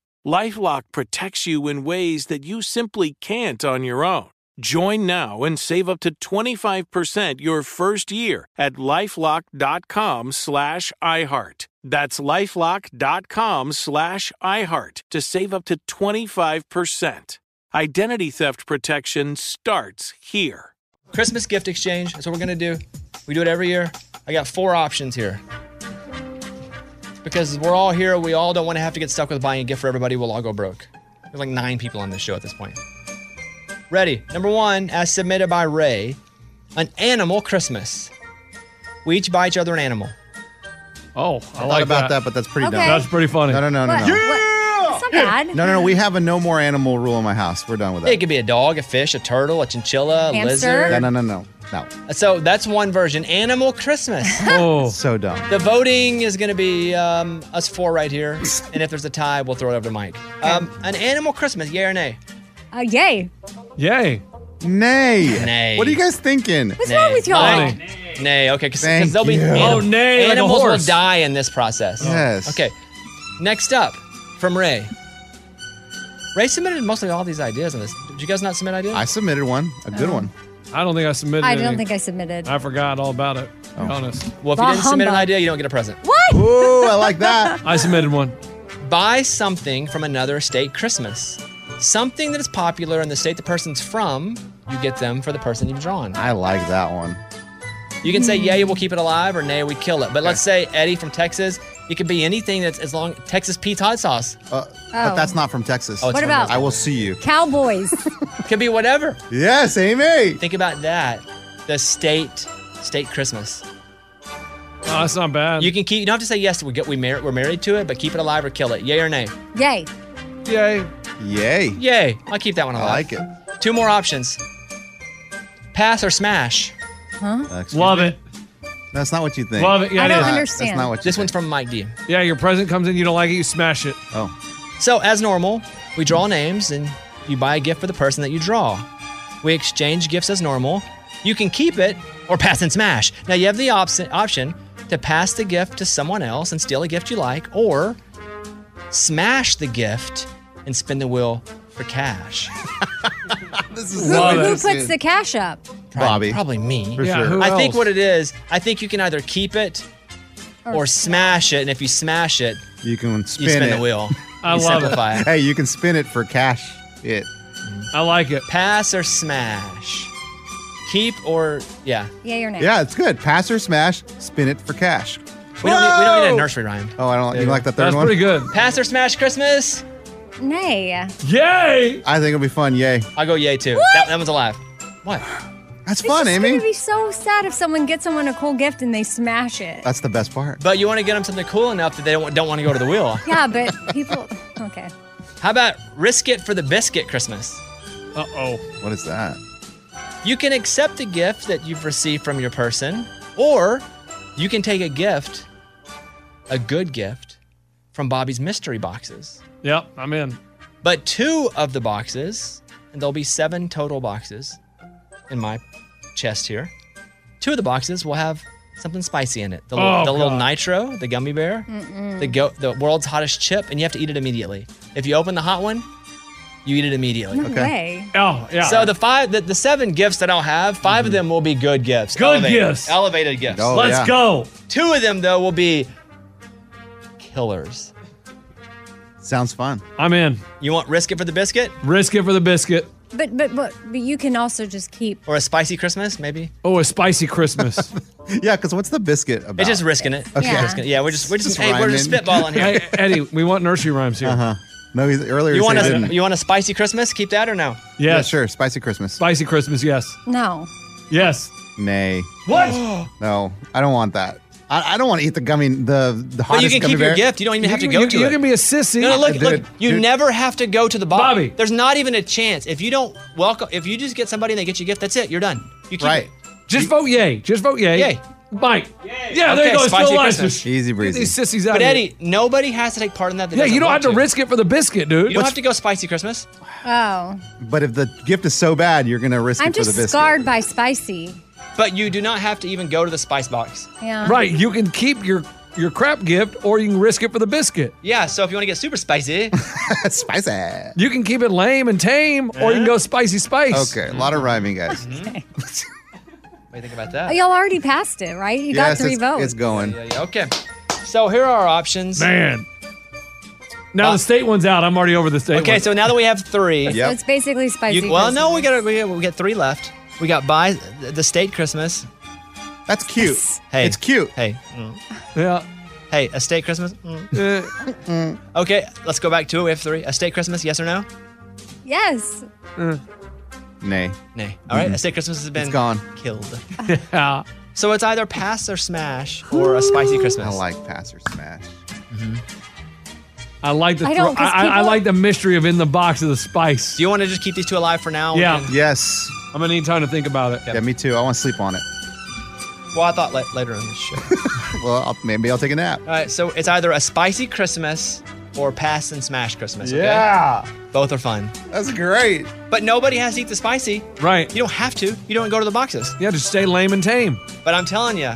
Speaker 11: LifeLock protects you in ways that you simply can't on your own. Join now and save up to 25% your first year at lifelock.com slash iHeart. That's lifelock.com slash iHeart to save up to 25%. Identity theft protection starts here.
Speaker 1: Christmas gift exchange. That's what we're going to do. We do it every year. I got four options here. Because we're all here, we all don't want to have to get stuck with buying a gift for everybody. We'll all go broke. There's like nine people on this show at this point. Ready. Number one, as submitted by Ray, an animal Christmas. We each buy each other an animal.
Speaker 6: Oh,
Speaker 5: I like about that. but that's pretty
Speaker 1: Okay.
Speaker 5: dumb.
Speaker 1: That's pretty funny.
Speaker 5: No, no, no, no,
Speaker 1: What?
Speaker 5: no.
Speaker 2: That's not bad.
Speaker 5: No, no, no. We have a no more animal rule in my house. We're done with that.
Speaker 1: It could be a dog, a fish, a turtle, a chinchilla, a lizard.
Speaker 5: No, no, no, no. No.
Speaker 1: So that's one version. Animal Christmas. *laughs*
Speaker 6: oh,
Speaker 5: so dumb.
Speaker 1: The voting is going to be um, us four right here.
Speaker 5: *laughs*
Speaker 1: and if there's a tie, we'll throw it over to Mike. Um, an animal Christmas, yay or nay?
Speaker 2: Uh, yay.
Speaker 6: Yay.
Speaker 5: Nay.
Speaker 1: Nay.
Speaker 5: What are you guys thinking?
Speaker 2: What's wrong with y'all?
Speaker 1: Mike? Nay, okay, because
Speaker 5: Thank
Speaker 1: they'll be
Speaker 5: you.
Speaker 1: anim-
Speaker 5: Oh, nay, like a
Speaker 1: animals
Speaker 5: horse.
Speaker 1: will die in this process.
Speaker 5: Yes.
Speaker 1: Okay. Next up from Ray. Ray submitted mostly all these ideas on this. Did you guys not submit ideas?
Speaker 5: I submitted one, a good one.
Speaker 6: Oh. I don't think I submitted
Speaker 2: I don't
Speaker 6: any.
Speaker 2: think I submitted.
Speaker 6: I forgot all about it. to
Speaker 5: Oh.
Speaker 6: be honest.
Speaker 1: Well, if you didn't submit an idea, you don't get a present.
Speaker 2: What?
Speaker 5: Ooh, I like
Speaker 2: *laughs*
Speaker 5: that.
Speaker 6: *laughs* I submitted one.
Speaker 1: Buy something from another state Christmas. Something that is popular in the state the person's from, you get them for the person you've drawn.
Speaker 5: I like that one.
Speaker 1: You can say, yay, we'll keep it alive, or nay, we kill it. But let's say Eddie from Texas, It could be anything that's as long Texas Pete's hot sauce.
Speaker 5: Uh, But that's not from Texas.
Speaker 1: Oh, it's What from about- Texas.
Speaker 5: I will see you.
Speaker 2: Cowboys.
Speaker 1: could be whatever.
Speaker 5: Yes, Amy.
Speaker 1: Think about that. The state state Christmas.
Speaker 6: Oh, that's not bad.
Speaker 1: You can keep. You don't have to say yes. We get we mar- we're married to it, but keep it alive or kill it. Yay or nay?
Speaker 2: Yay.
Speaker 6: Yay.
Speaker 5: Yay.
Speaker 1: Yay. I'll keep that one alive. I like
Speaker 5: it.
Speaker 1: Two more options. Pass or smash.
Speaker 2: Huh?
Speaker 6: Love it.
Speaker 5: That's not what you think.
Speaker 6: Love it. Yeah, it is.
Speaker 1: This one's from Mike D.
Speaker 6: Yeah, your present comes in, you don't like it, you smash it.
Speaker 5: Oh.
Speaker 1: So, as normal, we draw names and you buy a gift for the person that you draw. We exchange gifts as normal. You can keep it or pass and smash. Now, you have the option option to pass the gift to someone else and steal a gift you like, or smash the gift and spin the wheel for cash.
Speaker 5: this
Speaker 2: Who, who puts the cash up?
Speaker 1: Bobby. Probably me.
Speaker 2: For Yeah, sure. who
Speaker 1: I think
Speaker 2: else?
Speaker 1: what it is, I think you can either keep it
Speaker 2: Or
Speaker 1: or, smash it. And if you smash it,
Speaker 5: You can spin,
Speaker 1: spin the
Speaker 5: it. *laughs*
Speaker 1: wheel. I You love it. simplify it.
Speaker 5: Hey, you can spin it for cash. It.
Speaker 6: I like it.
Speaker 1: Pass or smash. Keep or yeah.
Speaker 2: Yay or nay?
Speaker 5: Yeah, it's good. Pass or smash, spin it for cash.
Speaker 1: We don't, need, we don't need a nursery rhyme.
Speaker 5: Oh, I don't. You like that third
Speaker 1: That's
Speaker 5: one?
Speaker 1: pretty
Speaker 6: good.
Speaker 1: Pass or smash Christmas.
Speaker 2: Nay.
Speaker 6: Yay!
Speaker 5: I think it'll be fun. Yay.
Speaker 1: I'll go yay too.
Speaker 2: What?
Speaker 1: That, that one's alive. What?
Speaker 5: That's fun,
Speaker 2: It's
Speaker 5: Amy.
Speaker 2: gonna be so sad if someone gets someone a cool gift and they smash it.
Speaker 5: That's the best part.
Speaker 1: But you want to get them something cool enough that they don't, don't want to go to the wheel.
Speaker 2: Yeah, but people. Okay.
Speaker 1: How about risk it for the biscuit Christmas?
Speaker 6: Uh oh.
Speaker 5: What is that?
Speaker 1: You can accept a gift that you've received from your person, or you can take a gift, a good gift, from Bobby's mystery boxes.
Speaker 6: Yep, I'm in.
Speaker 1: But two of the boxes, and there'll be seven total boxes in my chest here. Two of the boxes will have something spicy in it. The, little,
Speaker 6: Oh,
Speaker 1: the little
Speaker 6: God.
Speaker 1: nitro, the gummy bear, the go- the world's hottest chip, and you have to eat it immediately. If you open the hot one, you eat it immediately.
Speaker 2: No way.
Speaker 6: Oh, yeah.
Speaker 1: So the five, the, the seven gifts that I'll have, 5
Speaker 5: Mm-hmm.
Speaker 1: of them will be good gifts.
Speaker 6: Good
Speaker 1: elevated,
Speaker 6: gifts.
Speaker 1: Elevated gifts.
Speaker 6: Oh, Let's yeah. go.
Speaker 1: Two of them, though, will be killers.
Speaker 5: Sounds fun.
Speaker 6: I'm in.
Speaker 1: You want risk it for the biscuit?
Speaker 6: Risk it for the biscuit.
Speaker 2: But but but, but you can also just keep.
Speaker 1: Or a spicy Christmas, maybe?
Speaker 6: Oh, a spicy Christmas.
Speaker 5: *laughs* yeah, because what's the biscuit about?
Speaker 1: It's just risking it.
Speaker 5: Okay.
Speaker 1: Yeah,
Speaker 5: Yeah.
Speaker 1: risking it. yeah we're just, we're just,
Speaker 5: Just
Speaker 1: hey, we're just
Speaker 5: rhyming.
Speaker 1: spitballing here.
Speaker 6: Hey, Eddie, we want nursery rhymes here. Uh-huh.
Speaker 5: No, he's earlier.
Speaker 1: you,
Speaker 5: he
Speaker 1: want
Speaker 5: said he
Speaker 1: a,
Speaker 5: didn't.
Speaker 1: you want a spicy Christmas? Keep that or no?
Speaker 5: Yeah, sure. Spicy Christmas.
Speaker 6: Spicy Christmas. Yes.
Speaker 2: No.
Speaker 6: Yes.
Speaker 5: Nay.
Speaker 6: What?
Speaker 5: *gasps* No, I don't want that. I, I don't want to eat the gummy, the the
Speaker 1: But
Speaker 5: hottest
Speaker 1: you can
Speaker 5: gummy
Speaker 1: keep your
Speaker 5: bear.
Speaker 1: gift. You don't even have to go to it.
Speaker 6: be a sissy.
Speaker 1: No, no, look,
Speaker 5: Dude,
Speaker 1: look. You
Speaker 5: dude.
Speaker 1: never have to go to the bottom.
Speaker 5: Bobby.
Speaker 1: There's not even a chance. If you don't welcome, if you just get somebody and they get you a gift, that's it. You're done. You keep
Speaker 5: Right.
Speaker 1: it.
Speaker 6: Just vote yay. Just vote yay.
Speaker 1: Yay.
Speaker 6: Mike. Yeah,
Speaker 1: Okay,
Speaker 6: there you go. It's
Speaker 1: spicy
Speaker 6: still alive.
Speaker 1: Christmas.
Speaker 5: Easy
Speaker 6: Get these sissies out
Speaker 1: But
Speaker 6: of
Speaker 1: Eddie,
Speaker 6: here.
Speaker 1: nobody has to take part in that. that
Speaker 6: Yeah, you
Speaker 1: doesn't
Speaker 6: don't have
Speaker 1: want
Speaker 6: to risk it for the biscuit, dude.
Speaker 1: You don't have to go spicy Christmas.
Speaker 2: Oh,
Speaker 5: But if the gift is so bad, you're gonna risk
Speaker 2: I'm
Speaker 5: it for the
Speaker 2: just
Speaker 5: biscuit.
Speaker 2: scarred by spicy.
Speaker 1: But you do not have to even go to the spice box.
Speaker 2: Yeah.
Speaker 6: Right. You can keep your your crap gift, or you can risk it for the biscuit.
Speaker 1: Yeah, so if you want to get super spicy,
Speaker 5: *laughs*
Speaker 1: *laughs*
Speaker 5: spicy.
Speaker 6: You can keep it lame and tame, or you can go spicy spice.
Speaker 5: Okay, a lot of rhyming, guys.
Speaker 1: what do you think about that?
Speaker 2: Oh, Y'all already passed it, right? You
Speaker 5: Yes,
Speaker 2: got three
Speaker 5: it's,
Speaker 2: votes.
Speaker 5: It's going.
Speaker 1: Yeah, yeah, okay. So here are our options.
Speaker 6: Man. Now the state one's out. I'm already over the state.
Speaker 1: Okay,
Speaker 6: one.
Speaker 1: so now that we have three,
Speaker 2: So it's basically spicy.
Speaker 1: You- well, no, we
Speaker 2: Christmas.
Speaker 1: got we, we got three left. We got by the state Christmas.
Speaker 5: That's cute.
Speaker 1: Hey,
Speaker 5: It's cute.
Speaker 1: Hey,
Speaker 6: yeah. Uh,
Speaker 1: Hey, a state Christmas. Mm. okay, let's go back to it. We have three. A state Christmas, yes or no?
Speaker 2: Yes.
Speaker 5: Nay.
Speaker 1: Nay. All right,
Speaker 5: Mhm.
Speaker 1: a state Christmas has been
Speaker 5: It's gone.
Speaker 1: killed.
Speaker 6: *laughs* Yeah.
Speaker 1: So it's either pass or smash or a spicy Christmas.
Speaker 5: I like pass or smash.
Speaker 6: Mm-hmm. I like the
Speaker 1: I
Speaker 6: I,
Speaker 1: don't, 'cause
Speaker 6: I, I
Speaker 1: people-
Speaker 6: like the mystery of in the box of the spice. Do
Speaker 1: you want to just keep these two alive for now? We
Speaker 6: Yeah.
Speaker 1: can-
Speaker 5: Yes.
Speaker 6: I'm gonna need time to think about it.
Speaker 5: Yeah, me too. I want to sleep on it. *laughs*
Speaker 1: Well, I thought la- later on this show.
Speaker 5: Well, I'll, maybe I'll take a nap.
Speaker 1: All right, so it's either a spicy Christmas or pass and smash Christmas. Okay?
Speaker 5: Yeah.
Speaker 1: Both are fun.
Speaker 5: That's great.
Speaker 1: But nobody has to eat the spicy.
Speaker 6: Right.
Speaker 1: You don't have to. You don't go to the boxes.
Speaker 6: Yeah, just stay lame and tame.
Speaker 1: But I'm telling you,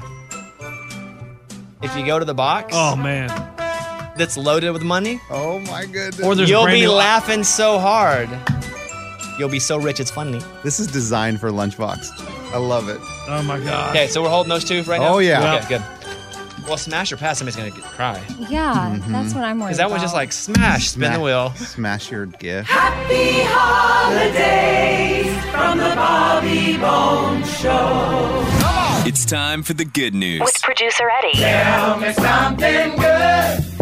Speaker 1: if you go to the box
Speaker 6: Oh man.
Speaker 1: that's loaded with money,
Speaker 5: Oh my goodness.
Speaker 6: Or there's
Speaker 1: you'll
Speaker 6: brand
Speaker 1: be
Speaker 6: new-
Speaker 1: laughing so hard. You'll be so rich, it's funny.
Speaker 5: This is designed for lunchbox. I love it.
Speaker 6: Oh my god.
Speaker 1: Okay, so we're holding those two right now?
Speaker 5: Oh, yeah. Oh,
Speaker 1: Okay, good. Well, smash or pass, somebody's going to cry.
Speaker 2: Yeah,
Speaker 5: Mm-hmm.
Speaker 2: that's what I'm worried
Speaker 1: Because that was
Speaker 2: about.
Speaker 1: just like smash, spin the wheel.
Speaker 5: Smash your gift.
Speaker 12: Happy holidays from the Bobby Bone Show. Come on.
Speaker 13: It's time for the good news.
Speaker 3: With producer Eddie.
Speaker 13: Tell me something good.
Speaker 2: *laughs*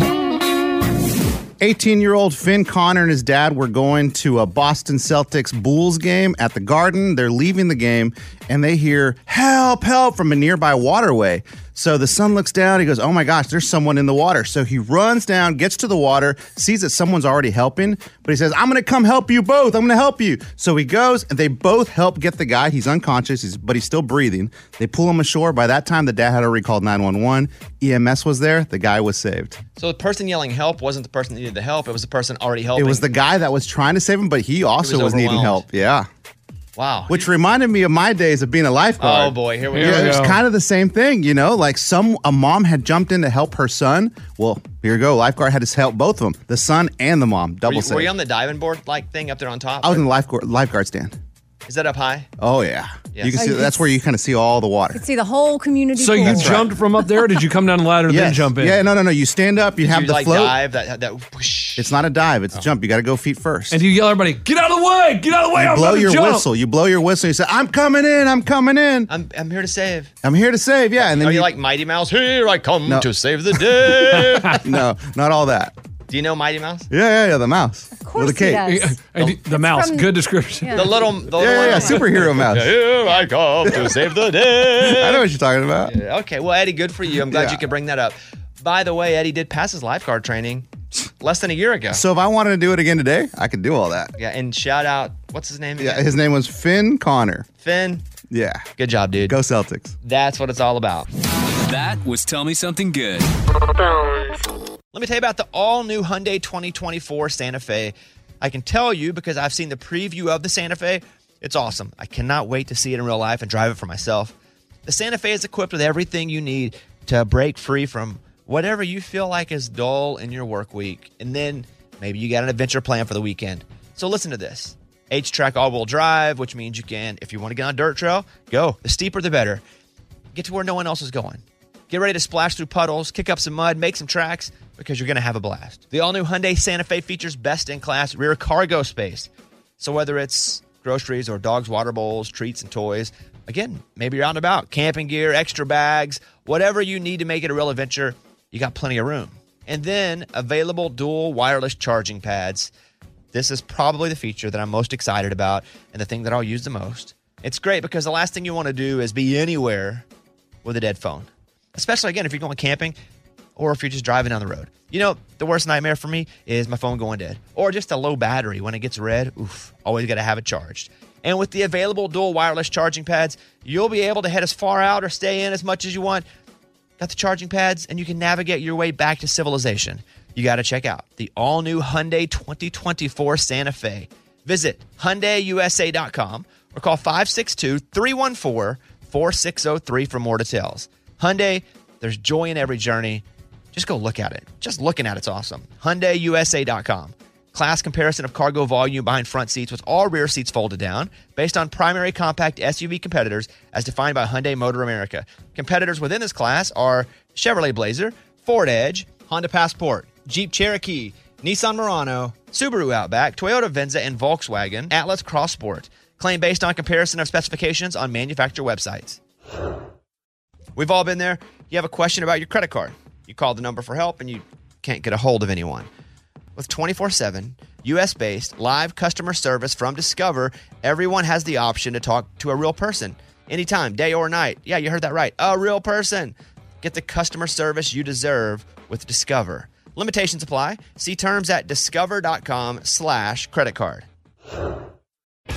Speaker 5: 18 year old Finn Connor and his dad were going to a Boston Celtics Bulls game at the Garden. They're leaving the game and they hear, help, help from a nearby waterway. So the son looks down. He goes, oh my gosh, there's someone in the water. So he runs down, gets to the water, sees that someone's already helping, but he says, I'm going to come help you both. I'm going to help you. So he goes and they both help get the guy. He's unconscious, he's, but he's still breathing. They pull him ashore. By that time, the dad had already called 911. EMS E was there. The guy was saved.
Speaker 1: So the person yelling help wasn't the person that needed the help. It was the person already helping.
Speaker 5: It was the guy that was trying to save him, but he also was, needing
Speaker 1: overwhelmed.
Speaker 5: help. Yeah.
Speaker 1: Wow.
Speaker 5: Which reminded me of my days of being a lifeguard.
Speaker 1: Oh, boy. Here we
Speaker 5: Yeah,
Speaker 1: go.
Speaker 5: It was kind of the same thing, you know, like some a mom had jumped in to help her son. Well, here you go. Lifeguard had to help both of them, the son and the mom.
Speaker 1: Were
Speaker 5: Double
Speaker 1: you,
Speaker 5: safe.
Speaker 1: were you on the diving board like thing up there on top?
Speaker 5: I was in the lifeguard lifeguard stand.
Speaker 1: Is that up high?
Speaker 5: Oh yeah.
Speaker 1: Yes.
Speaker 5: You can
Speaker 1: Oh,
Speaker 5: see
Speaker 1: you
Speaker 5: that's
Speaker 1: can
Speaker 5: where you kind of see all the water.
Speaker 2: Could see the whole community.
Speaker 6: *laughs* So you
Speaker 2: pool.
Speaker 6: jumped from up there? Or did you come down the ladder and then
Speaker 5: Yes.
Speaker 6: jump in?
Speaker 5: Yeah, no, no, no. You stand up, you
Speaker 6: Did
Speaker 5: have
Speaker 6: you,
Speaker 5: the
Speaker 6: like,
Speaker 5: float.
Speaker 6: dive?
Speaker 1: That, that
Speaker 5: It's not a dive,
Speaker 1: Oh.
Speaker 5: it's a jump. You gotta go feet first.
Speaker 6: And you yell, everybody, get out of the way! Get out of the way!
Speaker 5: you
Speaker 6: I'm
Speaker 5: blow
Speaker 6: about to
Speaker 5: your
Speaker 6: jump."
Speaker 5: whistle. You blow your whistle. You say, "I'm coming in. I'm coming in.
Speaker 1: I'm, I'm here to save."
Speaker 5: I'm here to save." Yeah, and then
Speaker 1: Are you,
Speaker 5: you *laughs*
Speaker 1: like Mighty Mouse? Here I come
Speaker 5: No.
Speaker 1: to save the
Speaker 5: *laughs*
Speaker 1: day.
Speaker 5: no, not all that.
Speaker 1: Do you know Mighty Mouse?
Speaker 5: Yeah, yeah, yeah. The mouse. Of
Speaker 1: course
Speaker 5: With a cape.
Speaker 1: he does. Hey, the- the mouse, from- good
Speaker 6: description.
Speaker 1: The little, the
Speaker 5: yeah,
Speaker 1: little
Speaker 5: yeah, yeah, superhero mouse.
Speaker 1: Here I come to save the day.
Speaker 5: *laughs* I know what you're talking about.
Speaker 1: Yeah, Okay, well, Eddie, good for you. I'm glad
Speaker 5: Yeah.
Speaker 1: you could bring that up. By the way, Eddie did pass his lifeguard training less than a year ago.
Speaker 5: So if I wanted to do it again today, I could do all that.
Speaker 1: yeah, and shout out, what's his name?
Speaker 5: Yeah,
Speaker 1: again?
Speaker 5: his name was Finn Connor.
Speaker 1: Finn.
Speaker 5: Yeah.
Speaker 1: Good job, dude.
Speaker 5: Go Celtics.
Speaker 1: That's what it's all about.
Speaker 13: That was Tell Me Something Good.
Speaker 1: Let me tell you about the all new Hyundai 2024 Santa Fe. I can tell you because I've seen the preview of the Santa Fe. It's awesome. I cannot wait to see it in real life and drive it for myself. The Santa Fe is equipped with everything you need to break free from whatever you feel like is dull in your work week. And then maybe you got an adventure plan for the weekend. So listen to this. H track all wheel drive, which means you can, if you want to get on a dirt trail, go. The steeper, the better. Get to where no one else is going. Get ready to splash through puddles, kick up some mud, make some tracks because you're going to have a blast. The all new Hyundai Santa Fe features best in class rear cargo space. So whether it's groceries or dogs' water bowls, treats, and toys, again, maybe you're out and about, camping gear, extra bags, whatever you need to make it a real adventure, you got plenty of room. And then available dual wireless charging pads. This is probably the feature that I'm most excited about and the thing that I'll use the most. It's great because the last thing you want to do is be anywhere with a dead phone, especially again if you're going camping or if you're just driving down the road. You know, the worst nightmare for me is my phone going dead or just a low battery when it gets red. Oof, always got to have it charged. And with the available dual wireless charging pads, you'll be able to head as far out or stay in as much as you want. Got the charging pads, and you can navigate your way back to civilization. You got to check out the all new Hyundai 2024 Santa Fe. Visit HyundaiUSA.com or call 562 314 4603 for more details. Hyundai, there's joy in every journey. Just go look at it. Just looking at it's awesome. HyundaiUSA.com. Class comparison of cargo volume behind front seats with all rear seats folded down based on primary compact SUV competitors as defined by Hyundai Motor America. Competitors within this class are Chevrolet Blazer, Ford Edge, Honda Passport, Jeep Cherokee, Nissan Murano, Subaru Outback, Toyota Venza, and Volkswagen Atlas Crossport. Claim based on comparison of specifications on manufacturer websites. We've all been there. You have a question about your credit card. You call the number for help and you can't get a hold of anyone. With 24 7, US based live customer service from Discover, everyone has the option to talk to a real person anytime, day or night. Yeah, you heard that right. A real person. Get the customer service you deserve with Discover. Limitations apply. See terms at discover.com slash credit card.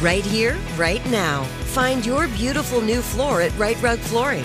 Speaker 14: Right here, right now. Find your beautiful new floor at Right Rug Flooring.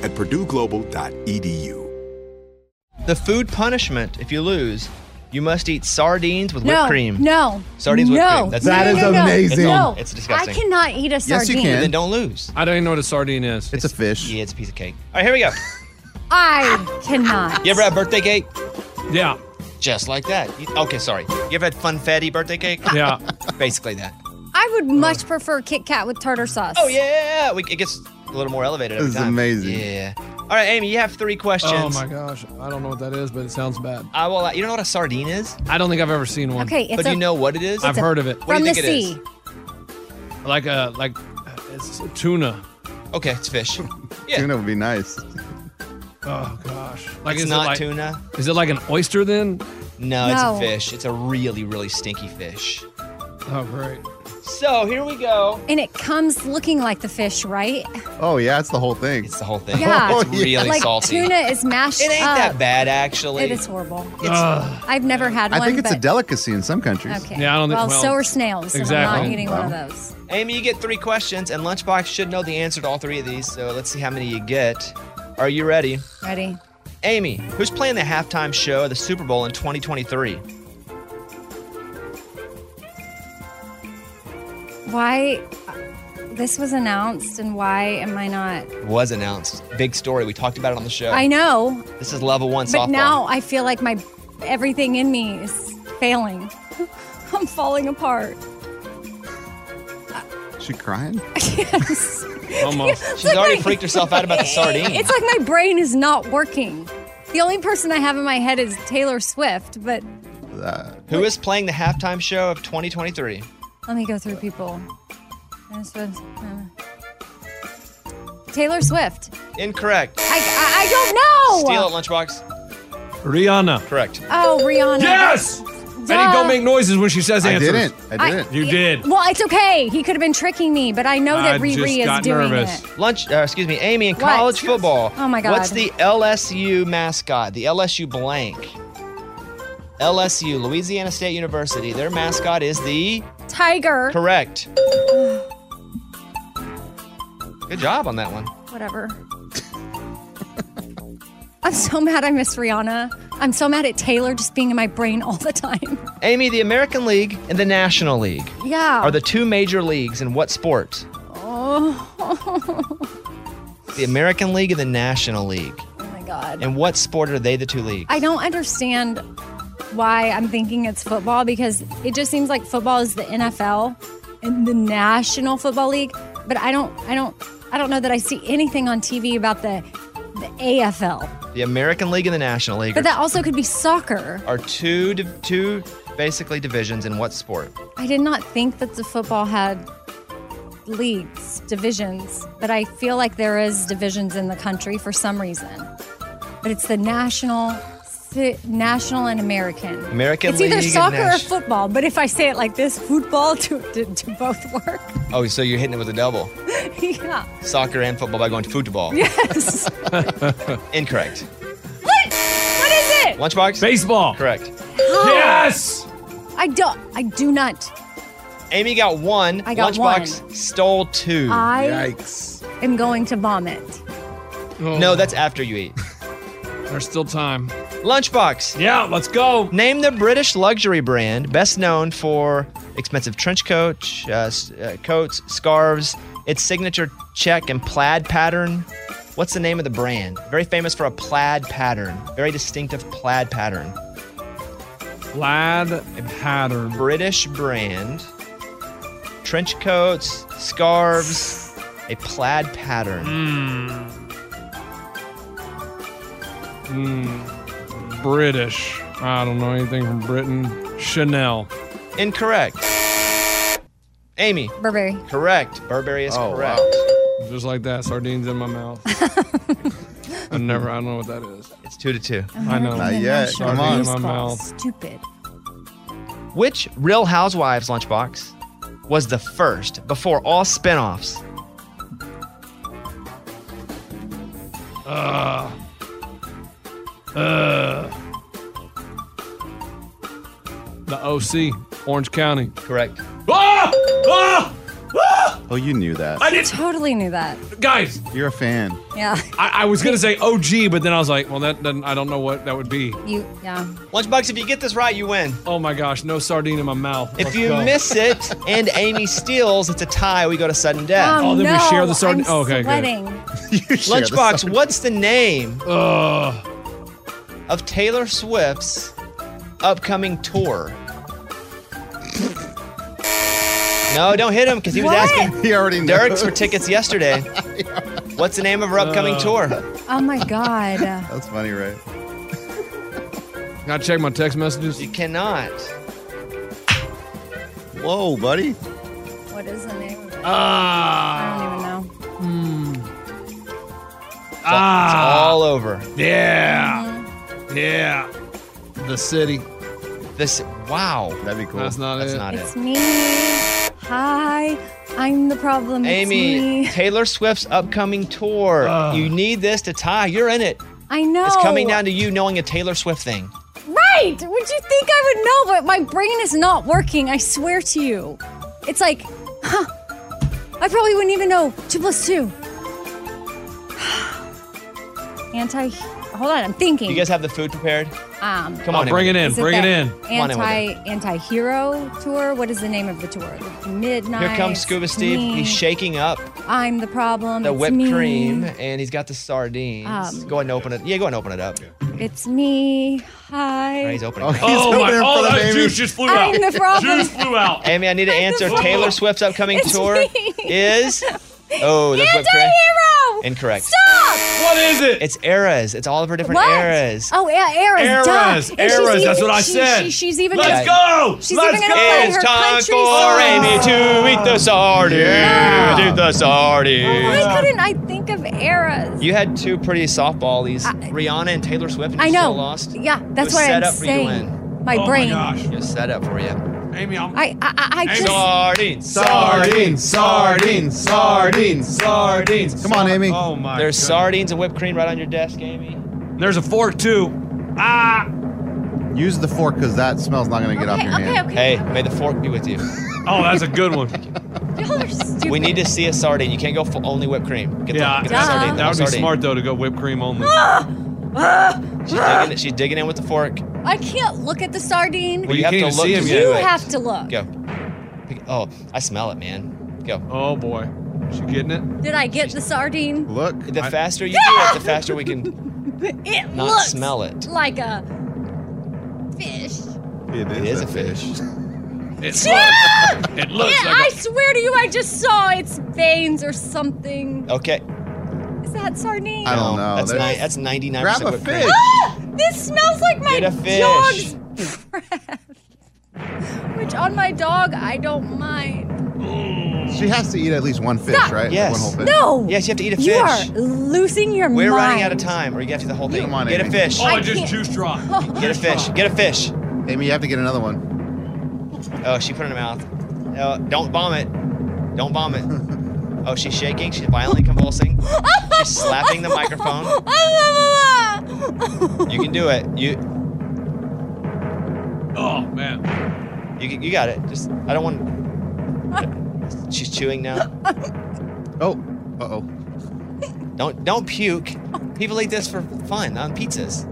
Speaker 15: at purdueglobal.edu.
Speaker 1: The food punishment, if you lose, you must eat sardines with
Speaker 2: no,
Speaker 1: whipped cream.
Speaker 2: No.
Speaker 1: Sardines with
Speaker 2: no,
Speaker 1: cream. That's
Speaker 2: no,
Speaker 1: That
Speaker 2: no,
Speaker 1: is
Speaker 2: no, no.
Speaker 1: amazing.
Speaker 2: No,
Speaker 1: It's disgusting.
Speaker 2: I cannot eat a sardine.
Speaker 1: Then don't lose.
Speaker 6: I don't even know what a sardine is.
Speaker 1: It's, a fish. Yeah, it's a piece of cake. All right, here we go.
Speaker 2: I cannot.
Speaker 1: You ever had birthday cake?
Speaker 6: Yeah.
Speaker 1: Just like that. You- okay, sorry. You ever had funfetti birthday cake?
Speaker 6: Yeah.
Speaker 1: *laughs* Basically that.
Speaker 2: I would much prefer Kit Kat with tartar sauce. Oh
Speaker 1: yeah, we, it gets a little more elevated every
Speaker 5: This is
Speaker 1: time.
Speaker 5: amazing.
Speaker 1: Yeah. All right, Amy, you have three questions.
Speaker 6: Oh my gosh, I don't know what that is, but it sounds bad.
Speaker 1: I will. uh, You don't know what a sardine is?
Speaker 6: I don't think I've ever seen one.
Speaker 2: Okay, it's
Speaker 1: But do
Speaker 2: a-
Speaker 1: you know what it is?
Speaker 6: I've
Speaker 1: It's a-
Speaker 6: heard of it.
Speaker 1: What do you think it is?
Speaker 6: Like a like uh, it's tuna.
Speaker 1: Okay, it's
Speaker 5: *laughs*
Speaker 1: fish.
Speaker 5: Tuna would be nice.
Speaker 6: Oh gosh. Like
Speaker 1: It's
Speaker 6: is
Speaker 1: not
Speaker 6: it like,
Speaker 1: tuna.
Speaker 6: Is it like an oyster then?
Speaker 1: No, it's
Speaker 6: No.
Speaker 1: a fish. It's a really, really stinky fish.
Speaker 6: Oh great.
Speaker 1: So here we go.
Speaker 2: And it comes looking like the
Speaker 1: *laughs*
Speaker 2: fish, right?
Speaker 5: Oh yeah, it's the whole thing. Oh,
Speaker 1: It's the whole thing.
Speaker 2: Yeah.
Speaker 1: It's really
Speaker 2: like
Speaker 1: salty.
Speaker 2: Tuna is mashed
Speaker 1: It ain't
Speaker 2: up.
Speaker 1: that bad, actually.
Speaker 2: It is horrible.
Speaker 1: It's- Ugh.
Speaker 2: I've never had one.
Speaker 5: I think it's a
Speaker 2: but-
Speaker 5: delicacy in some countries.
Speaker 2: Okay. Yeah, I don't think- Well, well, so are snails, and I'm not exactly. eating one of
Speaker 5: Wow.
Speaker 2: those.
Speaker 1: Amy, you get three questions, and Lunchbox should know the answer to all three of these. So let's see how many you get. Are you ready?
Speaker 2: Ready?
Speaker 1: Amy, who's playing the halftime show of the Super Bowl in 2023?
Speaker 2: Why uh, this was announced and why am I not?
Speaker 1: Was announced. Big story. We talked about it on the show.
Speaker 2: I know,
Speaker 1: This is level one
Speaker 2: but
Speaker 1: softball.
Speaker 2: now I feel like my everything in me is failing. *laughs* I'm falling apart. *laughs*
Speaker 5: She crying?
Speaker 2: yes.
Speaker 1: Almost.
Speaker 2: It's
Speaker 1: She's
Speaker 2: like
Speaker 1: already
Speaker 2: my-
Speaker 1: freaked herself out about the sardine.
Speaker 2: *laughs* It's like my brain is not working. The only person I have in my head is Taylor Swift, but
Speaker 1: Who is playing the halftime show of 2023?
Speaker 2: let me go through people. Taylor Swift. um, uh, Taylor Swift.
Speaker 1: Incorrect.
Speaker 2: I, I, I don't know.
Speaker 1: Steal it, Lunchbox.
Speaker 6: Rihanna.
Speaker 1: Correct.
Speaker 2: Oh, Rihanna.
Speaker 6: Yes! I didn't
Speaker 2: Duh.
Speaker 6: go make noises when she says
Speaker 5: I
Speaker 6: answers.
Speaker 5: didn't.
Speaker 2: I didn't.
Speaker 6: You did.
Speaker 2: Well, it's okay. He could have been tricking me, but I know that Riri is doing it.
Speaker 1: Lunch, uh, excuse me, Amy in
Speaker 2: What?
Speaker 1: college football.
Speaker 2: Oh, my God.
Speaker 1: What's the LSU mascot? The LSU blank. LSU, Louisiana State University. Their mascot is the
Speaker 2: Tiger. *sighs*
Speaker 1: correct. Good job on that one.
Speaker 2: Whatever. I'm so mad I missed Rihanna. I'm so mad at Taylor just being in my brain all the time. *laughs*
Speaker 1: Amy, the American League and the National League
Speaker 2: Yeah.
Speaker 1: are the two major leagues in what sport?
Speaker 2: oh. *laughs*
Speaker 1: The American League and the National League.
Speaker 2: oh my God.
Speaker 1: In what sport are they the two leagues?
Speaker 2: I don't understand why I'm thinking it's football because it just seems like football is the NFL and the National Football League, but I don't I don't I don't know that I see anything on TV about the the AFL.
Speaker 1: The American League and the National League
Speaker 2: But
Speaker 1: are,
Speaker 2: that also could be soccer.
Speaker 1: are two div- two basically divisions in what sport?
Speaker 2: I did not think that the football had leagues, divisions, but I feel like there is divisions in the country for some reason. But it's the national si- national and American.
Speaker 1: American
Speaker 2: it's
Speaker 1: League
Speaker 2: either
Speaker 1: and
Speaker 2: soccer or
Speaker 1: nation-
Speaker 2: football, but if I say it like this, football to, to, to both work.
Speaker 1: Oh, so you're hitting it with a double.
Speaker 2: yeah.
Speaker 1: Soccer and football by going
Speaker 6: Oh.
Speaker 1: football.
Speaker 2: *laughs* Yes.
Speaker 1: *laughs* Incorrect.
Speaker 2: what? What is it?
Speaker 1: Lunchbox?
Speaker 6: Baseball.
Speaker 1: Correct.
Speaker 6: Yes.
Speaker 2: I don't. I do not.
Speaker 1: Amy got one.
Speaker 2: I got
Speaker 1: Lunchbox stole two.
Speaker 2: I- I'm going to vomit.
Speaker 1: No, that's after you eat.
Speaker 6: Oh. *laughs* There's still time.
Speaker 1: Lunchbox.
Speaker 6: Yeah, let's go.
Speaker 1: Name the British luxury brand best known for expensive trench coat, uh, s- uh, coats, scarves, its signature check and plaid pattern. What's the name of the brand? Very famous for a plaid pattern, very distinctive plaid pattern.
Speaker 6: Plaid pattern.
Speaker 1: British brand. Trench coats, scarves, a plaid pattern.
Speaker 6: Hmm. Hmm. British. I don't know anything from Britain. Chanel.
Speaker 1: Incorrect. Amy.
Speaker 2: Burberry.
Speaker 1: Correct. Burberry is correct.
Speaker 6: Just like that, sardines in my mouth. I never. I don't know what that is.
Speaker 1: It's two to two.
Speaker 6: I know.
Speaker 1: Not yet. Come
Speaker 6: Sardines
Speaker 1: on.
Speaker 6: in my mouth.
Speaker 2: Stupid.
Speaker 1: Which Real Housewives lunchbox was the first before all spinoffs?
Speaker 6: Uh, uh, the OC, Orange County.
Speaker 1: Correct.
Speaker 6: Ah! Ah! Ah!
Speaker 5: Oh, you knew that.
Speaker 6: I didn't.
Speaker 2: Totally knew that.
Speaker 6: Guys,
Speaker 5: You're a fan.
Speaker 2: Yeah.
Speaker 6: I, I was gonna say OG, but then I was like, well, that doesn't. I don't know what that would be.
Speaker 2: You. Yeah.
Speaker 1: Lunchbox, if you get this right, you win.
Speaker 6: Oh my gosh, no sardine in my mouth.
Speaker 1: If
Speaker 6: Let's
Speaker 1: you
Speaker 6: go.
Speaker 1: miss it and Amy steals, it's a tie. We go to sudden death.
Speaker 6: Oh, then we share the sardine.
Speaker 2: I'm
Speaker 6: okay, *laughs*
Speaker 2: sweating.
Speaker 5: share the
Speaker 1: Lunchbox, what's the name
Speaker 6: Ugh.
Speaker 1: of Taylor Swift's upcoming tour? No, don't hit him because he was
Speaker 2: What?
Speaker 1: asking
Speaker 5: he already
Speaker 1: Derek's for tickets
Speaker 6: *laughs*
Speaker 1: yesterday. What's the name of her upcoming
Speaker 6: Uh,
Speaker 1: tour?
Speaker 2: Oh my god.
Speaker 5: That's funny, right?
Speaker 6: Can I check my text messages?
Speaker 1: You cannot.
Speaker 5: Whoa, buddy.
Speaker 2: What is the name? of it?
Speaker 6: Ah.
Speaker 2: I don't even know.
Speaker 5: Hmm.
Speaker 1: It's
Speaker 6: Ah.
Speaker 1: all over.
Speaker 6: Yeah. Yeah. The city.
Speaker 1: This wow.
Speaker 5: That'd be cool.
Speaker 6: That's not
Speaker 1: That's
Speaker 6: it.
Speaker 1: not it.
Speaker 2: It's me. Hi. I'm the problem. It's
Speaker 1: Amy,
Speaker 2: me.
Speaker 1: Taylor Swift's upcoming tour.
Speaker 6: Ugh.
Speaker 1: you need this to tie. You're in it.
Speaker 2: I know.
Speaker 1: It's coming down to you knowing a Taylor Swift thing.
Speaker 2: Right. Would you think I would know? But my brain is not working. I swear to you. It's like, huh. I probably wouldn't even know. Two plus two. *sighs* Anti. Hold on. I'm thinking.
Speaker 1: You guys have the food prepared?
Speaker 2: um,
Speaker 1: Come on,
Speaker 6: Bring it
Speaker 1: Emily.
Speaker 6: in.
Speaker 2: is it
Speaker 6: Bring it
Speaker 2: that
Speaker 6: in.
Speaker 1: on in with
Speaker 2: Anti anti hero tour. What is the name of the tour? The midnight.
Speaker 1: Here comes Scuba
Speaker 2: it's
Speaker 1: Steve.
Speaker 2: me.
Speaker 1: He's shaking up
Speaker 2: I'm the problem.
Speaker 1: the
Speaker 2: it's
Speaker 1: whipped
Speaker 2: me.
Speaker 1: cream and he's got the sardines.
Speaker 2: Um,
Speaker 1: go ahead and open it. Yeah, go ahead and open it up.
Speaker 2: It's me. Hi.
Speaker 1: Alright, he's opening. it.
Speaker 5: Okay.
Speaker 6: Oh
Speaker 5: He's
Speaker 6: my!
Speaker 5: opening
Speaker 6: All
Speaker 5: for the
Speaker 6: that
Speaker 5: baby.
Speaker 6: juice just flew out.
Speaker 2: I'm the problem.
Speaker 6: Juice flew out.
Speaker 1: Amy, I need an answer.
Speaker 2: just-
Speaker 1: Taylor Swift's upcoming
Speaker 2: It's
Speaker 1: tour
Speaker 2: me. *laughs*
Speaker 1: is. Oh, that's whipped cream.
Speaker 2: Anti-hero.
Speaker 1: Incorrect.
Speaker 2: Stop.
Speaker 6: What is it?
Speaker 1: It's eras. It's all of her different
Speaker 2: What?
Speaker 1: eras.
Speaker 2: Oh, yeah, eras. duh.
Speaker 6: Eras,
Speaker 2: And she's
Speaker 6: eras,
Speaker 2: even-
Speaker 6: that's what I
Speaker 2: she-
Speaker 6: said.
Speaker 2: she- she's even.
Speaker 6: Let's
Speaker 2: gonna-
Speaker 6: go.
Speaker 2: She's
Speaker 6: Let's
Speaker 2: even
Speaker 6: go.
Speaker 2: gonna play
Speaker 1: It's
Speaker 2: her
Speaker 1: time
Speaker 2: country
Speaker 1: for
Speaker 2: song.
Speaker 1: Amy to eat the sardines. Eat the sardines.
Speaker 2: Why couldn't I think of eras?
Speaker 1: You had two pretty softballies, Rihanna and Taylor Swift, and you
Speaker 2: I know.
Speaker 1: still lost.
Speaker 2: Yeah, that's
Speaker 1: was
Speaker 2: what
Speaker 1: set
Speaker 2: I'm
Speaker 1: up for you to
Speaker 2: saying.
Speaker 1: win.
Speaker 2: My
Speaker 6: oh
Speaker 2: brain.
Speaker 6: my gosh.
Speaker 1: It was set up for you.
Speaker 6: Amy, I'm.
Speaker 2: I, I, I, I
Speaker 6: Hey,
Speaker 2: just.
Speaker 1: Sardines.
Speaker 6: Sardines, sardines, sardines, sardines.
Speaker 5: Come on, Amy.
Speaker 6: Oh my.
Speaker 1: There's
Speaker 6: goodness.
Speaker 1: sardines and whipped cream right on your desk, Amy.
Speaker 6: There's a fork too. Ah.
Speaker 5: Use the fork because that smell's not going to get off
Speaker 2: okay,
Speaker 5: your
Speaker 2: okay,
Speaker 5: hand.
Speaker 2: okay.
Speaker 1: Hey, may the fork be with you.
Speaker 6: Oh, that's a
Speaker 2: *laughs*
Speaker 6: good one.
Speaker 2: Y'all are stupid.
Speaker 1: We need to see a sardine. You can't go for only whipped cream. Get the,
Speaker 6: Yeah,
Speaker 1: get the
Speaker 2: Duh.
Speaker 1: sardine.
Speaker 6: that would be
Speaker 1: Sardine.
Speaker 6: smart though to go whipped cream only.
Speaker 2: Ah!
Speaker 1: She's digging, it- she's digging in with the fork.
Speaker 2: I can't look at the sardine.
Speaker 6: Well,
Speaker 1: you
Speaker 6: you
Speaker 1: have
Speaker 6: can't
Speaker 1: to
Speaker 6: even
Speaker 1: look
Speaker 6: see
Speaker 1: to
Speaker 6: him
Speaker 1: see
Speaker 6: yet.
Speaker 2: you
Speaker 1: it.
Speaker 2: have to look.
Speaker 1: Go. Pick- Oh, I smell it, man. Go.
Speaker 6: Oh boy, she getting it?
Speaker 2: Did I get the sardine?
Speaker 5: Look.
Speaker 1: The faster
Speaker 2: *laughs*
Speaker 1: you do it, the faster we
Speaker 5: *laughs*
Speaker 1: can.
Speaker 2: It
Speaker 1: Not
Speaker 2: looks
Speaker 1: smell it.
Speaker 2: like a fish.
Speaker 1: It is a fish.
Speaker 6: *laughs* It looks,
Speaker 2: Yeah!
Speaker 6: it looks
Speaker 2: Yeah, I
Speaker 6: like.
Speaker 2: swear to you, I just saw its veins or something.
Speaker 1: Okay.
Speaker 2: Is that sardine? Ah!
Speaker 5: I
Speaker 1: No,
Speaker 5: don't know.
Speaker 1: That's,
Speaker 5: There's-
Speaker 1: ni- that's 99%
Speaker 5: Grab a
Speaker 1: whipped cream.
Speaker 5: fish.
Speaker 2: This smells like my
Speaker 1: Get a fish.
Speaker 2: dog's breath. Which on my dog, I don't mind.
Speaker 5: She has to eat at least one fish,
Speaker 2: Stop.
Speaker 5: right? Like
Speaker 1: Yes.
Speaker 5: One whole fish.
Speaker 2: No.
Speaker 1: Yes, you have to eat a fish.
Speaker 2: You are losing your
Speaker 1: We're
Speaker 2: mind.
Speaker 1: running out of time, or you have to do the whole thing.
Speaker 5: Come on,
Speaker 1: Get a
Speaker 5: Amy.
Speaker 1: fish.
Speaker 6: Oh,
Speaker 2: I
Speaker 6: I just
Speaker 2: can't-
Speaker 6: juice drop.
Speaker 2: *laughs*
Speaker 1: Get a fish. Get a fish.
Speaker 5: Amy, you have to get another one.
Speaker 1: Oh, she put it in her mouth. Oh, don't vomit. Don't vomit.
Speaker 5: *laughs*
Speaker 1: Oh, she's shaking. She's violently convulsing. She's slapping the microphone. You can do it. You
Speaker 6: Oh man.
Speaker 1: you you got it. Just I don't want. She's chewing now.
Speaker 5: Oh. Uh oh.
Speaker 1: Don't don't puke. People eat this for fun on pizzas.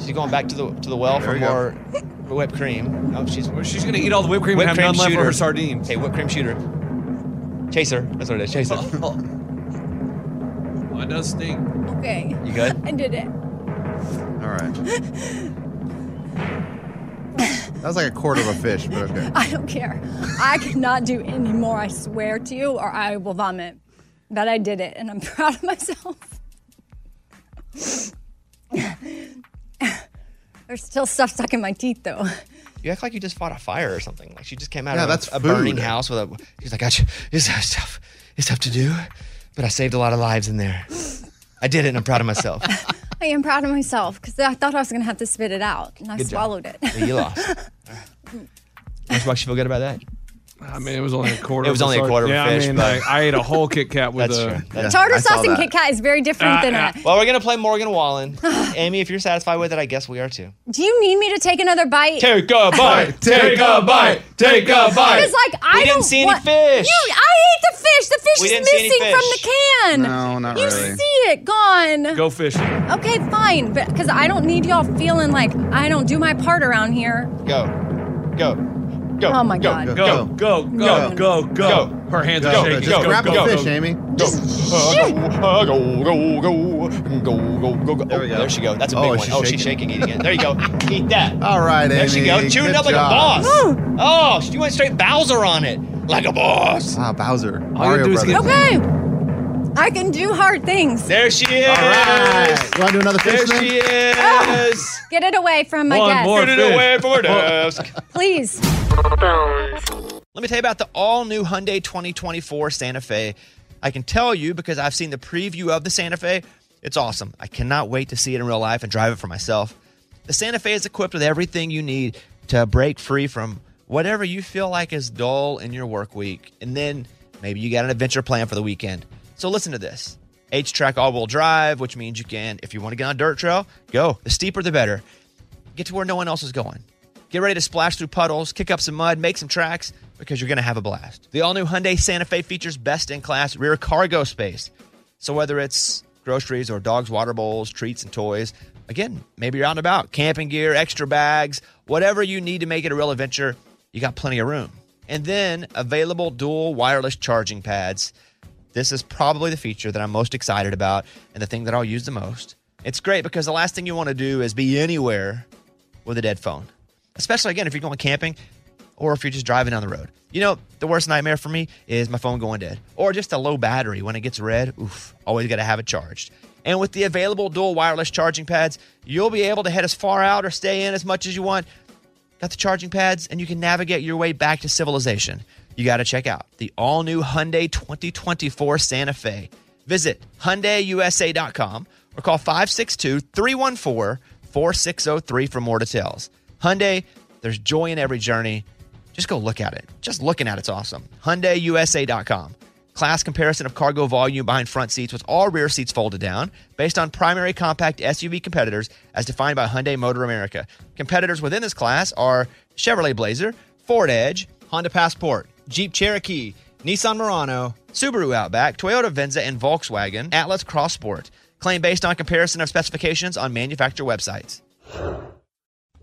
Speaker 1: She's going back to the to the well
Speaker 5: There
Speaker 1: for
Speaker 5: we go.
Speaker 1: more whipped cream. Oh, she's
Speaker 6: Well, she's gonna eat all the whipped cream
Speaker 1: Whipped
Speaker 6: and
Speaker 1: cream
Speaker 6: have none left for
Speaker 1: shooter.
Speaker 6: her sardines.
Speaker 1: Hey, whipped cream shooter. Chaser. That's what it is. Chaser.
Speaker 6: Oh, it does stink.
Speaker 2: Okay.
Speaker 1: You good?
Speaker 2: I did it.
Speaker 5: All right. That was like a quarter of a fish, but
Speaker 1: *laughs*
Speaker 5: okay.
Speaker 2: I don't care. I cannot do any more, I swear to you, or I will vomit. But I did *laughs* it, and I'm proud of myself. There's still stuff stuck in my teeth though.
Speaker 1: You act like you just fought a fire or something. Like she just came out
Speaker 16: Yeah,
Speaker 1: of a-
Speaker 16: that's
Speaker 1: a, burning
Speaker 16: food.
Speaker 1: house with a. She's like, *laughs* I, ju- it's tough. It's tough to do, but I saved a lot of lives in there. I did it, and I'm proud of myself. *laughs*
Speaker 2: I am proud of myself because I thought I was gonna have to spit it out and I
Speaker 1: Good job.
Speaker 2: swallowed it.
Speaker 1: Yeah, you lost. Lunchbox, you feel good about that?
Speaker 6: I mean, it was only a quarter.
Speaker 1: It was
Speaker 6: of
Speaker 1: only a
Speaker 6: sar-
Speaker 1: quarter of a
Speaker 6: Yeah,
Speaker 1: fish,
Speaker 6: I mean,
Speaker 1: but-
Speaker 6: like, I ate a whole Kit Kat with
Speaker 1: That's
Speaker 6: a
Speaker 1: true. That's-
Speaker 2: Tartar
Speaker 1: I saw
Speaker 2: sauce and
Speaker 1: that.
Speaker 2: Kit Kat is very *laughs* different
Speaker 1: Uh,
Speaker 2: than a.
Speaker 1: Well, we're gonna play Morgan Wallen. *sighs* Amy, if you're satisfied with it, I guess we are too.
Speaker 2: Do you need me to take another bite?
Speaker 1: Take
Speaker 2: *laughs*
Speaker 1: a bite.
Speaker 6: Take a bite. Take a bite.
Speaker 2: Because like I
Speaker 6: We didn't
Speaker 2: don't
Speaker 6: see any
Speaker 2: want-
Speaker 6: fish.
Speaker 2: You, I ate the fish. The fish
Speaker 6: We
Speaker 2: is
Speaker 6: didn't see any
Speaker 2: missing from
Speaker 6: fish.
Speaker 2: the can.
Speaker 6: No, not
Speaker 2: you
Speaker 6: really.
Speaker 2: see it gone.
Speaker 6: Go fishing.
Speaker 2: Okay, fine, but because I don't need y'all feeling like I don't do my part around here.
Speaker 1: Go, go, go.
Speaker 2: Oh my
Speaker 1: go,
Speaker 2: God.
Speaker 1: Go,
Speaker 6: Go,
Speaker 1: go,
Speaker 6: go, go, go, go. Her hands
Speaker 1: Go,
Speaker 6: are shaking.
Speaker 1: just grab a fish,
Speaker 5: Amy.
Speaker 1: Go, Uh, go, go, go, go, go, go, go. There, we go. there she go. That's a big
Speaker 5: Oh,
Speaker 1: one.
Speaker 5: she's
Speaker 1: oh, she's shaking, eating *laughs* it. There you
Speaker 5: *laughs*
Speaker 1: go. Eat that.
Speaker 5: All right,
Speaker 1: there she
Speaker 5: Amy,
Speaker 1: goes. Chewing
Speaker 5: good
Speaker 1: up like
Speaker 5: job.
Speaker 1: a boss. Oh, she went straight Bowser on it. Like a boss.
Speaker 5: Ah, Bowser.
Speaker 1: All you
Speaker 5: Mario
Speaker 1: do
Speaker 5: Brothers.
Speaker 1: is get-
Speaker 2: Okay, I can do hard things.
Speaker 1: There she is.
Speaker 5: All right. You want to do another
Speaker 1: There
Speaker 5: fish? then?
Speaker 1: she
Speaker 2: Ah.
Speaker 1: is.
Speaker 2: Get it away from my desk,
Speaker 1: Put it away from her desk.
Speaker 2: please.
Speaker 1: Let me tell you about the all new Hyundai 2024 Santa Fe. I can tell you because I've seen the preview of the Santa Fe. It's awesome. I cannot wait to see it in real life and drive it for myself. The Santa Fe is equipped with everything you need to break free from whatever you feel like is dull in your work week. And then maybe you got an adventure plan for the weekend. So listen to this. H track all wheel drive, which means you can, if you want to get on a dirt trail, go. The steeper, the better. Get to where no one else is going. Get ready to splash through puddles, kick up some mud, make some tracks, because you're going to have a blast. The all new Hyundai Santa Fe features best in class rear cargo space. So whether it's groceries or dogs' water bowls, treats, and toys, again, maybe you're out and about, camping gear, extra bags, whatever you need to make it a real adventure, you got plenty of room. And then available dual wireless charging pads. This is probably the feature that I'm most excited about and the thing that I'll use the most. It's great because the last thing you want to do is be anywhere with a dead phone, especially again if you're going camping or if you're just driving down the road. You know, the worst nightmare for me is my phone going dead or just a low battery when it gets red. Oof, always got to have it charged. And with the available dual wireless charging pads, you'll be able to head as far out or stay in as much as you want. Got the charging pads, and you can navigate your way back to civilization. You got to check out the all new Hyundai 2024 Santa Fe. Visit HyundaiUSA.com or call 562 314 4603 for more details. Hyundai, there's joy in every journey. Just go look at it. Just looking at it's awesome. HyundaiUSA.com. Class comparison of cargo volume behind front seats with all rear seats folded down based on primary compact SUV competitors as defined by Hyundai Motor America. Competitors within this class are Chevrolet Blazer, Ford Edge, Honda Passport, Jeep Cherokee, Nissan Murano, Subaru Outback, Toyota Venza, and Volkswagen Atlas Cross Sport. Claim based on comparison of specifications on manufacturer websites.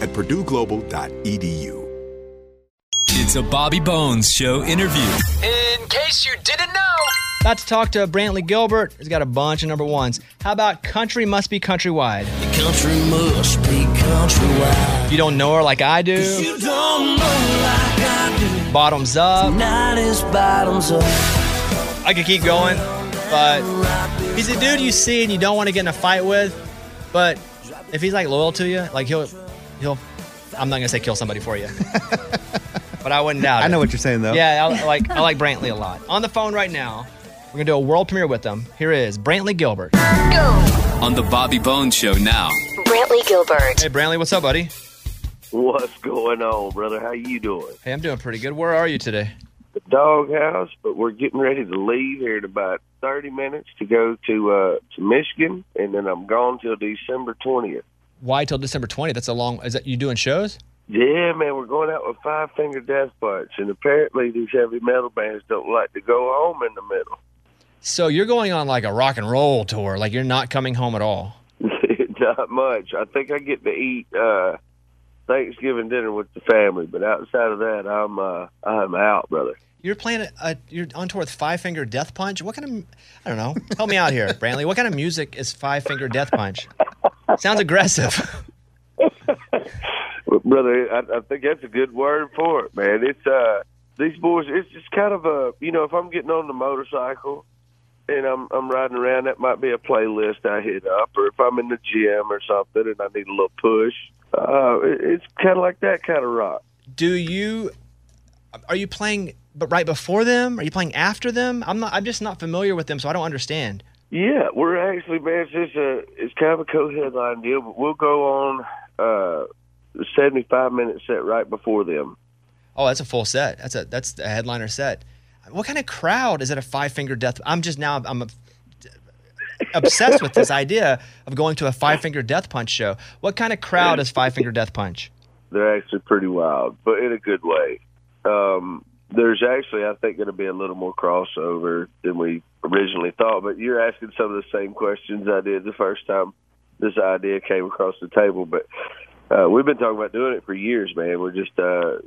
Speaker 15: at purdueglobal.edu.
Speaker 6: It's a Bobby Bones Show interview.
Speaker 1: In case you didn't know, about to talk to Brantley Gilbert. He's got a bunch of number ones. How about Country Must Be Countrywide?
Speaker 12: Country must be countrywide.
Speaker 1: You don't know her like I
Speaker 12: You
Speaker 1: do.
Speaker 12: don't know like I do.
Speaker 1: Bottoms up.
Speaker 12: Tonight is bottoms up.
Speaker 1: I could keep going, but he's a dude you see and you don't want to get in a fight with. But if he's like loyal to you, like he'll, he'll. I'm not gonna say kill somebody for you, but I wouldn't doubt it.
Speaker 5: I know what you're saying, though.
Speaker 1: Yeah, I, I like I like Brantley a lot. On the phone right now, we're gonna do a world premiere with them. Here is Brantley Gilbert.
Speaker 6: On the Bobby Bones Show now.
Speaker 1: Brantley Gilbert. Hey Brantley, what's up, buddy?
Speaker 17: What's going on, brother? How you doing?
Speaker 1: Hey, I'm doing pretty good. Where are you today?
Speaker 17: The doghouse, but we're getting ready to leave here in about thirty minutes to go to uh to Michigan, and then I'm gone till December twentieth.
Speaker 1: Why till December 20th? That's a long. Is that you doing shows?
Speaker 17: Yeah, man, we're going out with Five Finger Death Punch, and apparently these heavy metal bands don't like to go home in the middle.
Speaker 1: So you're going on like a rock and roll tour. Like you're not coming home at all.
Speaker 17: *laughs* Not much. I think I get to eat uh Thanksgiving dinner with the family, but outside of that, I'm uh I'm out, brother.
Speaker 1: You're playing a, a you're on tour with Five Finger Death Punch. What kind of I don't *laughs* know. Help me out here, Brantley. What kind of music is Five Finger Death Punch? Sounds aggressive.
Speaker 17: But brother, I, I think that's a good word for it, man. It's uh, these boys. It's just kind of a you know, if I'm getting on the motorcycle and I'm I'm riding around, that might be a playlist I hit up, or if I'm in the gym or something and I need a little push. Uh, it, it's kind of like that kind of rock.
Speaker 1: *laughs* Do you are you playing but right before them? Are you playing after them? I'm not I'm just not familiar with them, so I don't understand.
Speaker 17: Yeah, we're actually, man, it's just a, it's kind of a co-headline deal, but we'll go on uh, 75 minute set right before them.
Speaker 1: Oh, that's a full set. That's a that's a headliner set. What kind of crowd is it? A five finger death? I'm just now I'm ob- obsessed with this idea of going to a five finger death punch show. What kind of crowd is five finger death punch?
Speaker 17: They're actually pretty wild, but in a good way. Um, there's actually, I think, going to be a little more crossover than we originally thought. But you're asking some of the same questions I did the first time this idea came across the table. But uh, we've been talking about doing it for years, man. We're just uh,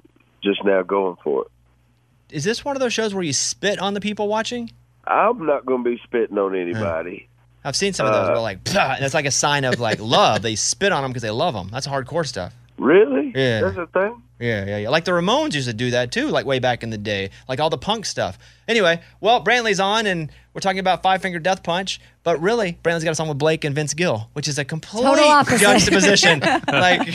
Speaker 17: just now going for it.
Speaker 1: Is this one of those shows where you spit on the people watching?
Speaker 17: I'm not going to be spitting on anybody.
Speaker 1: Hmm. I've seen some of those.
Speaker 17: Uh,
Speaker 1: where like, "Pah," and it's like a sign of like love. They spit on them because they love them. That's hardcore stuff.
Speaker 17: Really?
Speaker 1: Yeah.
Speaker 17: That's a thing.
Speaker 1: Yeah, yeah, yeah. Like the Ramones used to do that too, like way back in the day, like all the punk stuff. Anyway, well, Brantley's on, and we're talking about Five Finger Death Punch, but really, Brantley's got a song with Blake and Vince Gill, which is a
Speaker 2: Total
Speaker 1: complete
Speaker 2: opposite. *laughs*
Speaker 1: juxtaposition. like,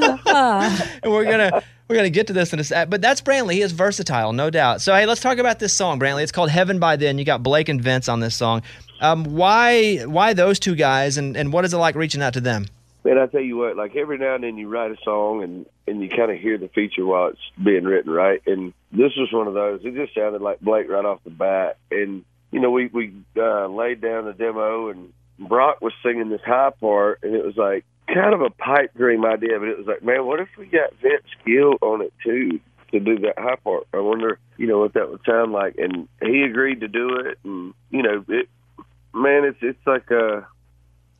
Speaker 2: Uh,
Speaker 1: and we're gonna we're gonna get to this in a sec. But that's Brantley. He is versatile, no doubt. So hey, let's talk about this song, Brantley. It's called Heaven by Then. You got Blake and Vince on this song. Um, why why those two guys, and and what is it like reaching out to them?
Speaker 17: Man, I tell you what, like every now and then you write a song and and you kind of hear the feature while it's being written, right? And this was one of those. It just sounded like Blake right off the bat, and you know we we uh, laid down the demo and Brock was singing this high part, and it was like kind of a pipe dream idea, but it was like, man, what if we got Vince Gill on it too to do that high part? I wonder, you know, what that would sound like. And he agreed to do it, and you know, it man, it's it's like a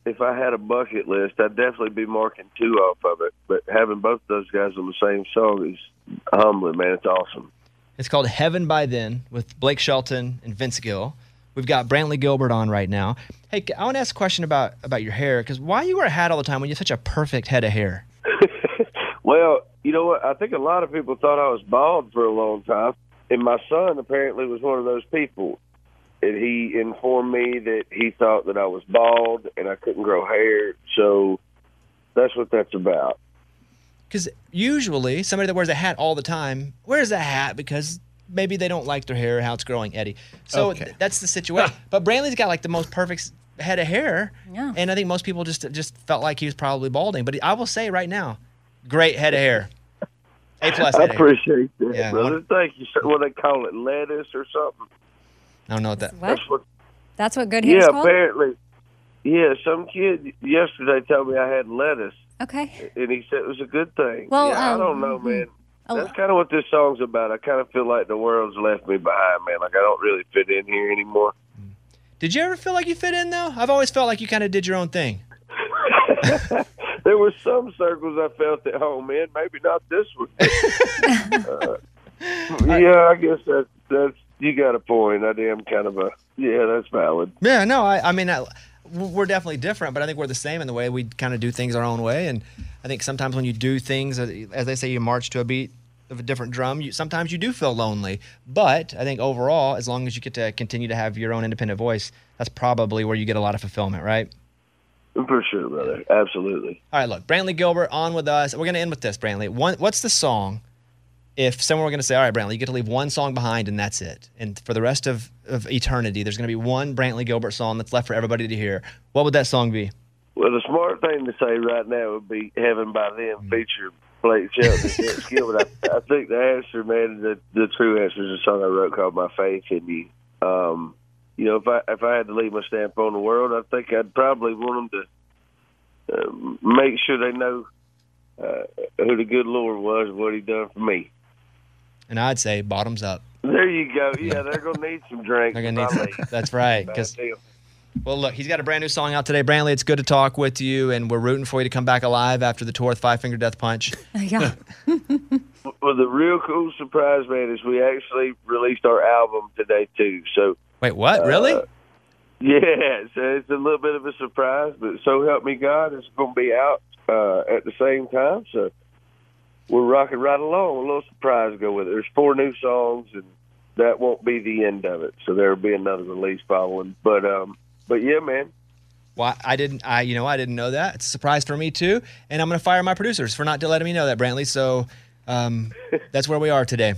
Speaker 17: if I had a bucket list, I'd definitely be marking two off of it. But having both those guys on the same song is humbling, man. It's awesome.
Speaker 1: It's called Heaven by Then with Blake Shelton and Vince Gill. We've got Brantley Gilbert on right now. Hey, I want to ask a question about about your hair because why you wear a hat all the time when you have such a perfect head of hair?
Speaker 17: Well, you know what? I think a lot of people thought I was bald for a long time, and my son apparently was one of those people. And he informed me that he thought that I was bald and I couldn't grow hair. So that's what that's about.
Speaker 1: Because usually somebody that wears a hat all the time wears a hat because maybe they don't like their hair or how it's growing, Eddie. So
Speaker 5: Okay.
Speaker 1: th- that's the situation. but Brantley's got like the most perfect head of hair, and I think most people just just felt like he was probably balding. But I will say right now, great head of hair, A plus.
Speaker 17: I
Speaker 1: head of hair.
Speaker 17: appreciate that,
Speaker 1: Yeah,
Speaker 17: brother. Thank you. sir. What they call it, lettuce or something?
Speaker 1: I don't know what that.
Speaker 2: What?
Speaker 17: That's what
Speaker 2: That's what good hair
Speaker 17: Yeah,
Speaker 2: is called.
Speaker 17: apparently. Yeah, some kid yesterday told me I had lettuce,
Speaker 2: Okay.
Speaker 17: and he said it was a good thing.
Speaker 2: Well, oh.
Speaker 17: yeah, I
Speaker 2: um,
Speaker 17: don't know, man. That's kind of what this song's about. I kind of feel like the world's left me behind, man. Like I don't really fit in here anymore.
Speaker 1: Did you ever feel like you fit in though? I've always felt like you kind of did your own thing. *laughs*
Speaker 17: *laughs* There were some circles I felt at home in, maybe not this one. Uh, yeah, I guess that's that's you got a point. I am kind of a yeah, that's valid.
Speaker 1: Yeah, no, I, I mean, I, we're definitely different, but I think we're the same in the way we kind of do things our own way. And I think sometimes when you do things, uh, as they say, you march to a beat of a different drum, you, sometimes you do feel lonely. But I think overall, as long as you get to continue to have your own independent voice, that's probably where you get a lot of fulfillment, right?
Speaker 17: For sure, brother. Absolutely.
Speaker 1: All right, look, Brantley Gilbert on with us. We're going to end with this, Brantley. One, what's the song if someone were going to say, all right, Brantley, you get to leave one song behind and that's it. And for the rest of, of eternity, there's going to be one Brantley Gilbert song that's left for everybody to hear. What would that song be?
Speaker 17: Well, the smart thing to say right now would be "Heaven by
Speaker 1: Mm-hmm.
Speaker 17: Them" feature Blake Shelton and Gilbert. I, I think the answer, man, the the true answer is a song I wrote called "My Faith in You." Um, you know, if I if I had to leave my stamp on the world, I think I'd probably want them to uh, make sure they know uh, who the good Lord was, and what He done for me.
Speaker 1: And I'd say bottoms up.
Speaker 17: There you
Speaker 1: *laughs*
Speaker 17: go. Yeah, they're gonna need some drinks.
Speaker 1: They're gonna need
Speaker 17: if I
Speaker 1: *laughs*
Speaker 17: leave.
Speaker 1: some- That's right.
Speaker 17: Bad
Speaker 1: 'cause-
Speaker 17: deal.
Speaker 1: well, look, he's got a brand new song out today. Brantley, it's good to talk with you, and we're rooting for you to come back alive after the tour with Five Finger Death Punch.
Speaker 2: Yeah.
Speaker 17: uh, Well, the real cool surprise, man, is we actually released our album today too. So
Speaker 1: Wait, what? Really?
Speaker 17: yeah, so it's a little bit of a surprise, but so help me God, it's going to be out uh, at the same time. So we're rocking right along. A little surprise to go with it. There's four new songs, and that won't be the end of it. So there'll be another release following. But um, but yeah, man,
Speaker 1: Why I didn't. I you know I didn't know that. It's a surprise for me too, and I'm gonna fire my producers for not letting me know that, Brantley. So um, that's where we are today.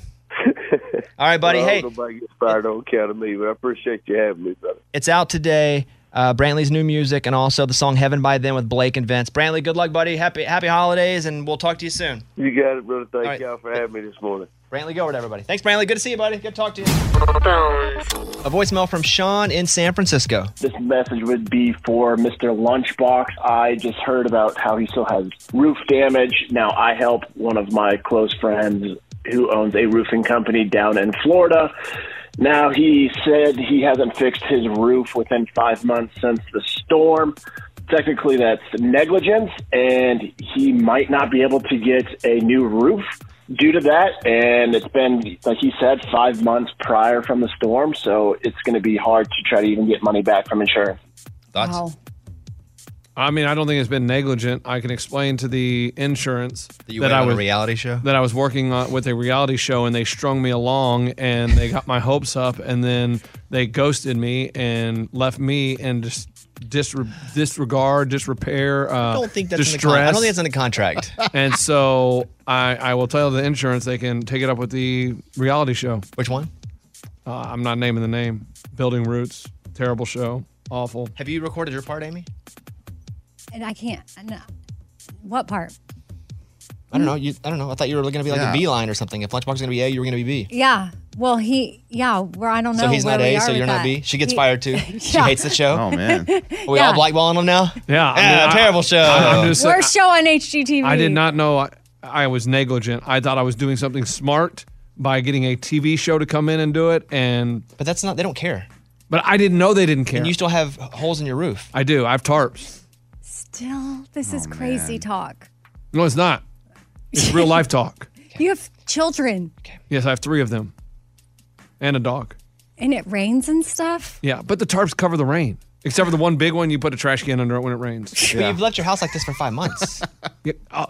Speaker 1: All right, buddy.
Speaker 17: Well, I
Speaker 1: hey,
Speaker 17: hope nobody gets fired on account of me, but I appreciate you having me, brother.
Speaker 1: It's out today. Uh, Brantley's new music and also the song "Heaven by Then" with Blake and Vince. Brantley, good luck, buddy. Happy happy holidays, and we'll talk to you soon.
Speaker 17: You got it, brother. Thank y'all for having me this morning.
Speaker 1: Brantley Gilbert, everybody. Thanks, Brantley. Good to see you, buddy. Good to talk to you. A voicemail from Sean in San Francisco.
Speaker 18: This message would be for Mr. Lunchbox. I just heard about how he still has roof damage. Now, I help one of my close friends who owns a roofing company down in Florida. Now, he said he hasn't fixed his roof within five months since the storm. Technically, that's negligence, and he might not be able to get a new roof due to that. And it's been, like he said, five months prior from the storm, so it's going to be hard to try to even get money back from insurance.
Speaker 1: Thoughts?
Speaker 2: Oh,
Speaker 6: I mean, I don't think it's been negligent. I can explain to the insurance that,
Speaker 1: you went
Speaker 6: I
Speaker 1: on a
Speaker 6: was
Speaker 1: reality show?
Speaker 6: that I was working on with a reality show, and they strung me along, and they got my hopes up, and then they ghosted me and left me and just disre- disregard, disrepair. Uh,
Speaker 1: I don't think that's in the
Speaker 6: distress.
Speaker 1: con- I don't think that's in the contract.
Speaker 6: *laughs* and so I, I will tell the insurance they can take it up with the reality show.
Speaker 1: Which one?
Speaker 6: Uh, I'm not naming the name. Building Roots, terrible show, awful.
Speaker 1: Have you recorded your part, Amy?
Speaker 2: And I can't. No. What part?
Speaker 1: I don't know. You, I don't know. I thought you were going to be like
Speaker 2: Yeah.
Speaker 1: a B line or something. If Lunchbox was going to be A, you were going to be B.
Speaker 2: Yeah. Well, he. Yeah. Where I don't know.
Speaker 1: So he's
Speaker 2: where
Speaker 1: not
Speaker 2: we
Speaker 1: A,
Speaker 2: are
Speaker 1: so
Speaker 2: with
Speaker 1: you're not
Speaker 2: that.
Speaker 1: B. She gets
Speaker 2: He-
Speaker 1: fired
Speaker 2: *laughs*
Speaker 1: too. She
Speaker 2: Yeah.
Speaker 1: hates the show.
Speaker 2: Oh,
Speaker 1: *laughs*
Speaker 2: *laughs* man.
Speaker 1: Are we all
Speaker 2: Yeah.
Speaker 1: blackballing them now?
Speaker 6: Yeah, I
Speaker 1: Yeah,
Speaker 6: mean, I-
Speaker 1: terrible show.
Speaker 6: I'm just-
Speaker 2: Worst show on HGTV.
Speaker 6: I did not know I, I was negligent. I thought I was doing something smart by getting a TV show to come in and do it. And
Speaker 1: but that's not. They don't care.
Speaker 6: But I didn't know they didn't care.
Speaker 1: And you still have holes in your roof.
Speaker 6: I do. I have tarps.
Speaker 2: Still, this
Speaker 6: Oh,
Speaker 2: is crazy talk.
Speaker 6: No, it's not. It's
Speaker 1: *laughs*
Speaker 6: real life talk.
Speaker 2: You have children,
Speaker 6: Yes, I have three of them, and a dog.
Speaker 2: and it rains and stuff.
Speaker 6: Yeah, but the tarps cover the rain, except for the one big one. You put a trash can under it when
Speaker 1: *laughs*
Speaker 6: it rains.
Speaker 1: But You've left your house like this for five
Speaker 6: *laughs*
Speaker 1: months.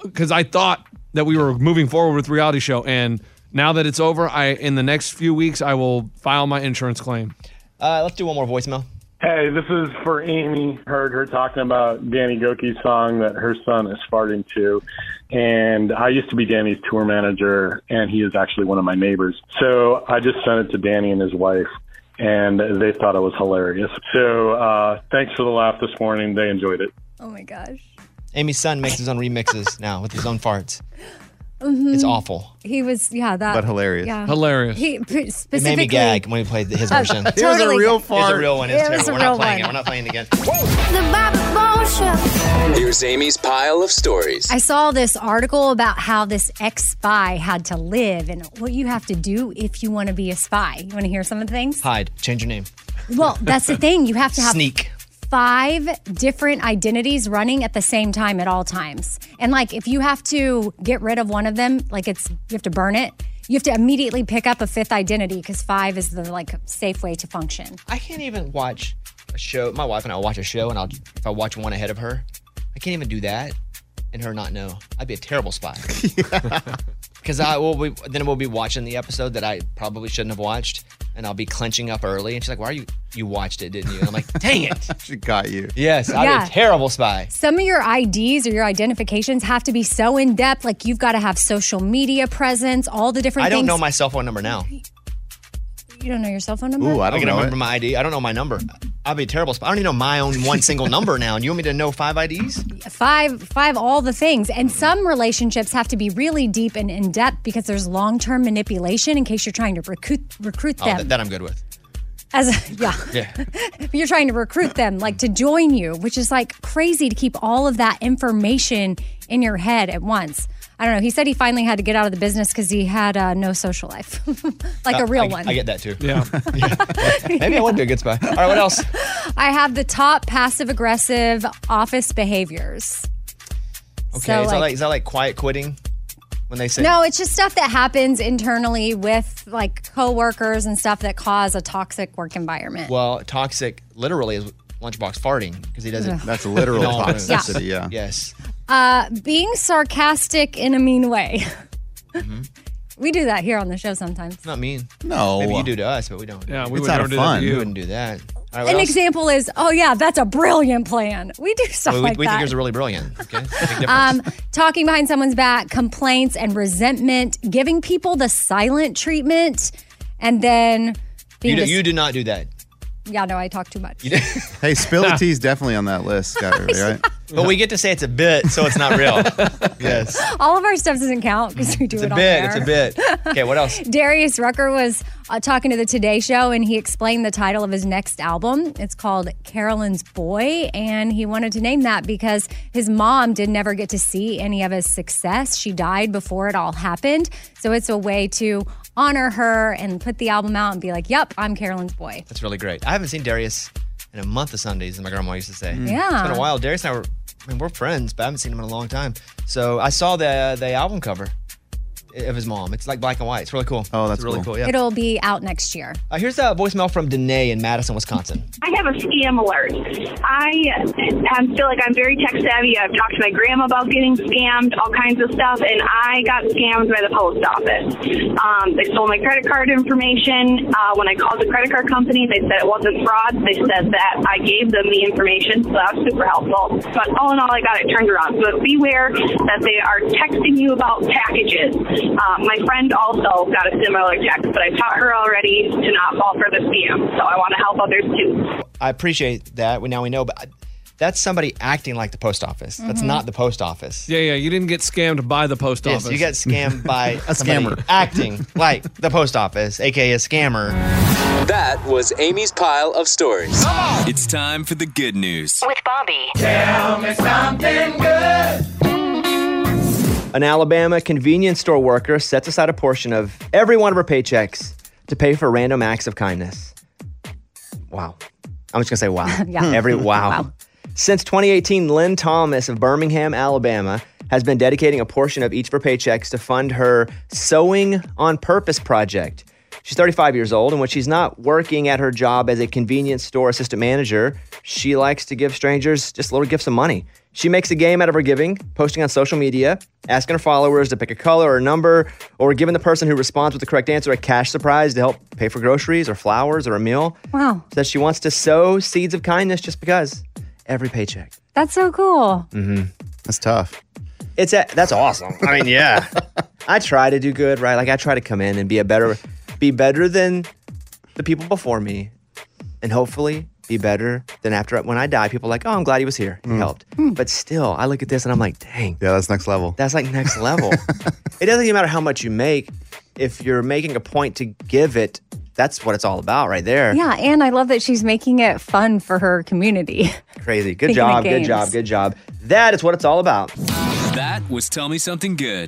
Speaker 6: because I thought that we were moving forward with reality show, and now that it's over, I in the next few weeks I will file my insurance claim.
Speaker 1: Uh, let's do one more voicemail.
Speaker 19: Hey, this is for Amy. Heard her talking about Danny Goki's song that her son is farting to. And I used to be Danny's tour manager, and he is actually one of my neighbors. So I just sent it to Danny and his wife, and they thought it was hilarious. So uh, thanks for the laugh this morning. They enjoyed it.
Speaker 2: Oh my gosh. *laughs*
Speaker 1: Amy's son makes his own remixes now with his own farts.
Speaker 2: Mhm.
Speaker 1: It's awful.
Speaker 2: He was, yeah, that. Yeah.
Speaker 1: Hilarious.
Speaker 2: He p-
Speaker 1: It
Speaker 2: specifically.
Speaker 1: made me gag when we played his
Speaker 2: Oh, *laughs*
Speaker 1: version.
Speaker 2: It was a totally. real
Speaker 1: It was
Speaker 2: fart.
Speaker 1: a real one. It's
Speaker 2: It was
Speaker 1: terrible.
Speaker 2: a
Speaker 1: We're not
Speaker 2: real
Speaker 1: playing
Speaker 2: one.
Speaker 1: it. We're not playing it again.
Speaker 2: The Bobby Bones Show.
Speaker 10: Here's Amy's pile of stories.
Speaker 2: I saw this article about how this ex spy had to live and what you have to do if you want to be a spy. You want to hear some of the things?
Speaker 1: Hide. Change your name.
Speaker 2: Well, that's the thing. You have to have
Speaker 1: Sneak.
Speaker 2: five different identities running at the same time at all times. And like if you have to get rid of one of them, like it's you have to burn it. You have to immediately pick up a fifth identity because five is the like safe way to function.
Speaker 1: I can't even watch a show. My wife and I will watch a show, and I'll if I watch one ahead of her, I can't even do that, and her not know. I'd be a terrible spy. Because I will be, then we'll be watching the episode that I probably shouldn't have watched, and I'll be clenching up early, and she's like, "Why are you? You watched it, didn't you?" And I'm like, "Dang it!"
Speaker 5: she got you.
Speaker 1: Yes, I'd
Speaker 2: Yeah.
Speaker 1: be a terrible spy.
Speaker 2: Some of your IDs or your identifications have to be so in depth, like you've got to have social media presence, all the different
Speaker 1: I don't
Speaker 2: things.
Speaker 1: know my cell phone number now.
Speaker 2: you don't know your cell phone number?
Speaker 1: I can remember my ID. I don't know my number. I'd be a terrible spy. I don't even know my own one single number now. And you want me to know five IDs?
Speaker 2: five five all the things and some relationships have to be really deep and in depth because there's long-term manipulation in case you're trying to recruit recruit
Speaker 1: Oh,
Speaker 2: them
Speaker 1: that, that I'm good with. *laughs*
Speaker 2: as yeah
Speaker 1: Yeah.
Speaker 2: *laughs* you're trying to recruit them like to join you which is like crazy to keep all of that information in your head at once i don't know he said he finally had to get out of the business because he had uh, no social life *laughs* like
Speaker 1: Uh,
Speaker 2: a real
Speaker 1: I-
Speaker 2: one
Speaker 1: I get that too. *laughs* Yeah. Maybe I would be a good spy. All right, what else?
Speaker 2: I have the top passive aggressive office behaviors
Speaker 1: Okay,
Speaker 2: So,
Speaker 1: is, that
Speaker 2: like-
Speaker 1: like, is that like quiet quitting when they say
Speaker 2: No, it's just stuff that happens internally with like coworkers and stuff that cause a toxic work environment.
Speaker 1: Well, toxic literally is lunchbox farting because he doesn't.
Speaker 2: Ugh. That's
Speaker 1: *laughs*
Speaker 5: literal
Speaker 1: No, no, no.
Speaker 5: toxicity, Yeah.
Speaker 1: Yes.
Speaker 2: Uh, being sarcastic in a mean way. *laughs*
Speaker 1: Mm-hmm.
Speaker 2: We do that here on the show sometimes.
Speaker 1: It's not mean.
Speaker 5: No.
Speaker 1: Maybe you do to us, but we don't.
Speaker 5: Yeah, we It's would out never of do that to fun. you.
Speaker 1: We wouldn't do that. All right, what
Speaker 2: An
Speaker 1: else?
Speaker 2: example is, oh yeah, that's a brilliant plan. We do stuff
Speaker 1: Well, we,
Speaker 2: like
Speaker 1: we think
Speaker 2: that.
Speaker 1: yours are really brilliant.
Speaker 2: *laughs*
Speaker 1: Okay. Big difference.
Speaker 2: um,
Speaker 1: *laughs*
Speaker 2: talking behind someone's back, complaints and resentment, giving people the silent treatment, and then
Speaker 1: you,
Speaker 2: being
Speaker 1: do,
Speaker 2: dis-
Speaker 1: you do not do that.
Speaker 2: yeah, no, I talk too much.
Speaker 5: Hey, spill
Speaker 1: *laughs*
Speaker 5: the tea's definitely on that list, Scott, right?
Speaker 1: But we get to say it's a bit, so it's not real. yes.
Speaker 2: *laughs* All of our stuff doesn't count because we do
Speaker 1: It's
Speaker 2: it
Speaker 1: a
Speaker 2: on
Speaker 1: bit.
Speaker 2: air.
Speaker 1: It's a bit. Okay, what else?
Speaker 2: *laughs* Darius Rucker was uh, talking to the Today Show and he explained the title of his next album. It's called Carolyn's Boy, and he wanted to name that because his mom did never get to see any of his success. She died before it all happened. So it's a way to honor her and put the album out and be like, yep, I'm Carolyn's Boy.
Speaker 1: That's really great. I haven't seen Darius in a month of Sundays, as my grandma used to say.
Speaker 2: Mm. Yeah.
Speaker 1: It's been a while. Darius and I were, I mean, we're friends, but I haven't seen him in a long time. So I saw the the album cover of his mom. It's like black and white. It's really cool. Oh, that's really cool. yeah.
Speaker 2: It'll be out next year.
Speaker 1: Uh, here's a voicemail from Danae in Madison, Wisconsin.
Speaker 12: I have a scam alert. I um, feel like I'm very tech savvy. I've talked to my grandma about getting scammed, all kinds of stuff, and I got scammed by the post office. Um, they stole my credit card information. Uh, when I called the credit card company, they said it wasn't fraud. They said that I gave them the information, so that was super helpful. But all in all, I got it turned around. But beware that they are texting you about packages. Uh, my friend also got a similar text, but I taught her already to not fall for the scam, so I want to help others too.
Speaker 1: I appreciate that. We now we know, but I- that's somebody acting like the post office. That's
Speaker 2: Mm-hmm.
Speaker 12: Mhm.
Speaker 1: not the post office.
Speaker 6: Yeah, yeah. You didn't get scammed by the post
Speaker 1: Yes,
Speaker 6: office.
Speaker 1: you got scammed by
Speaker 6: A
Speaker 1: somebody
Speaker 6: scammer.
Speaker 1: acting like the post office, aka a scammer.
Speaker 10: That was Amy's pile of stories.
Speaker 15: It's time for the good news.
Speaker 11: With Bobby.
Speaker 15: Tell me something
Speaker 11: good.
Speaker 1: An Alabama convenience store worker sets aside a portion of every one of her paychecks to pay for random acts of kindness. Wow. I'm just going to say wow.
Speaker 20: Yeah.
Speaker 1: *laughs* Every wow. Since 2018, Lynn Thomas of Birmingham, Alabama, has been dedicating a portion of each of her paychecks to fund her Sewing on Purpose project. She's 35 years old, and when she's not working at her job as a convenience store assistant manager, she likes to give strangers just little gifts of money. She makes a game out of her giving, posting on social media, asking her followers to pick a color or a number, or giving the person who responds with the correct answer a cash surprise to help pay for groceries or flowers or a meal.
Speaker 2: Wow.
Speaker 1: Says she wants to sow seeds of kindness just because every paycheck.
Speaker 2: That's so cool.
Speaker 1: Mm-hmm. That's tough. It's a, that's awesome. I mean, yeah. *laughs* I try to do good, right? Like I try to come in and be a better, be better than the people before me, and hopefully be better than after when I die. People are like, oh, I'm glad he was here. He helped. But still, I look at this and I'm like, dang.
Speaker 5: Yeah, that's next level.
Speaker 1: That's like *laughs* next level. it doesn't even matter how much you make. If you're making a point to give it, that's what it's all about right there.
Speaker 2: Yeah, and I love that she's making it fun for her community. *laughs*
Speaker 1: Crazy. Good
Speaker 2: Thinking of
Speaker 1: job. Good
Speaker 2: games.
Speaker 1: job. Good job. That is what it's all about.
Speaker 13: That was Tell Me Something Good.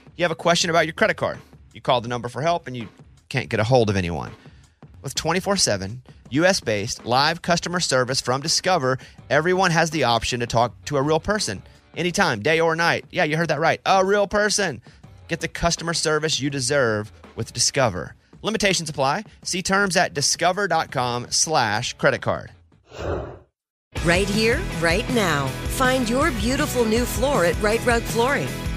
Speaker 1: You have a question about your credit card. You call the number for help and you can't get a hold of anyone. With 24 7, US based live customer service from Discover, everyone has the option to talk to a real person anytime, day or night. Yeah, you heard that right. A real person. Get the customer service you deserve with Discover. Limitations apply. See terms at discover.com slash credit card.
Speaker 14: Right here, right now. Find your beautiful new floor at Right Rug Flooring.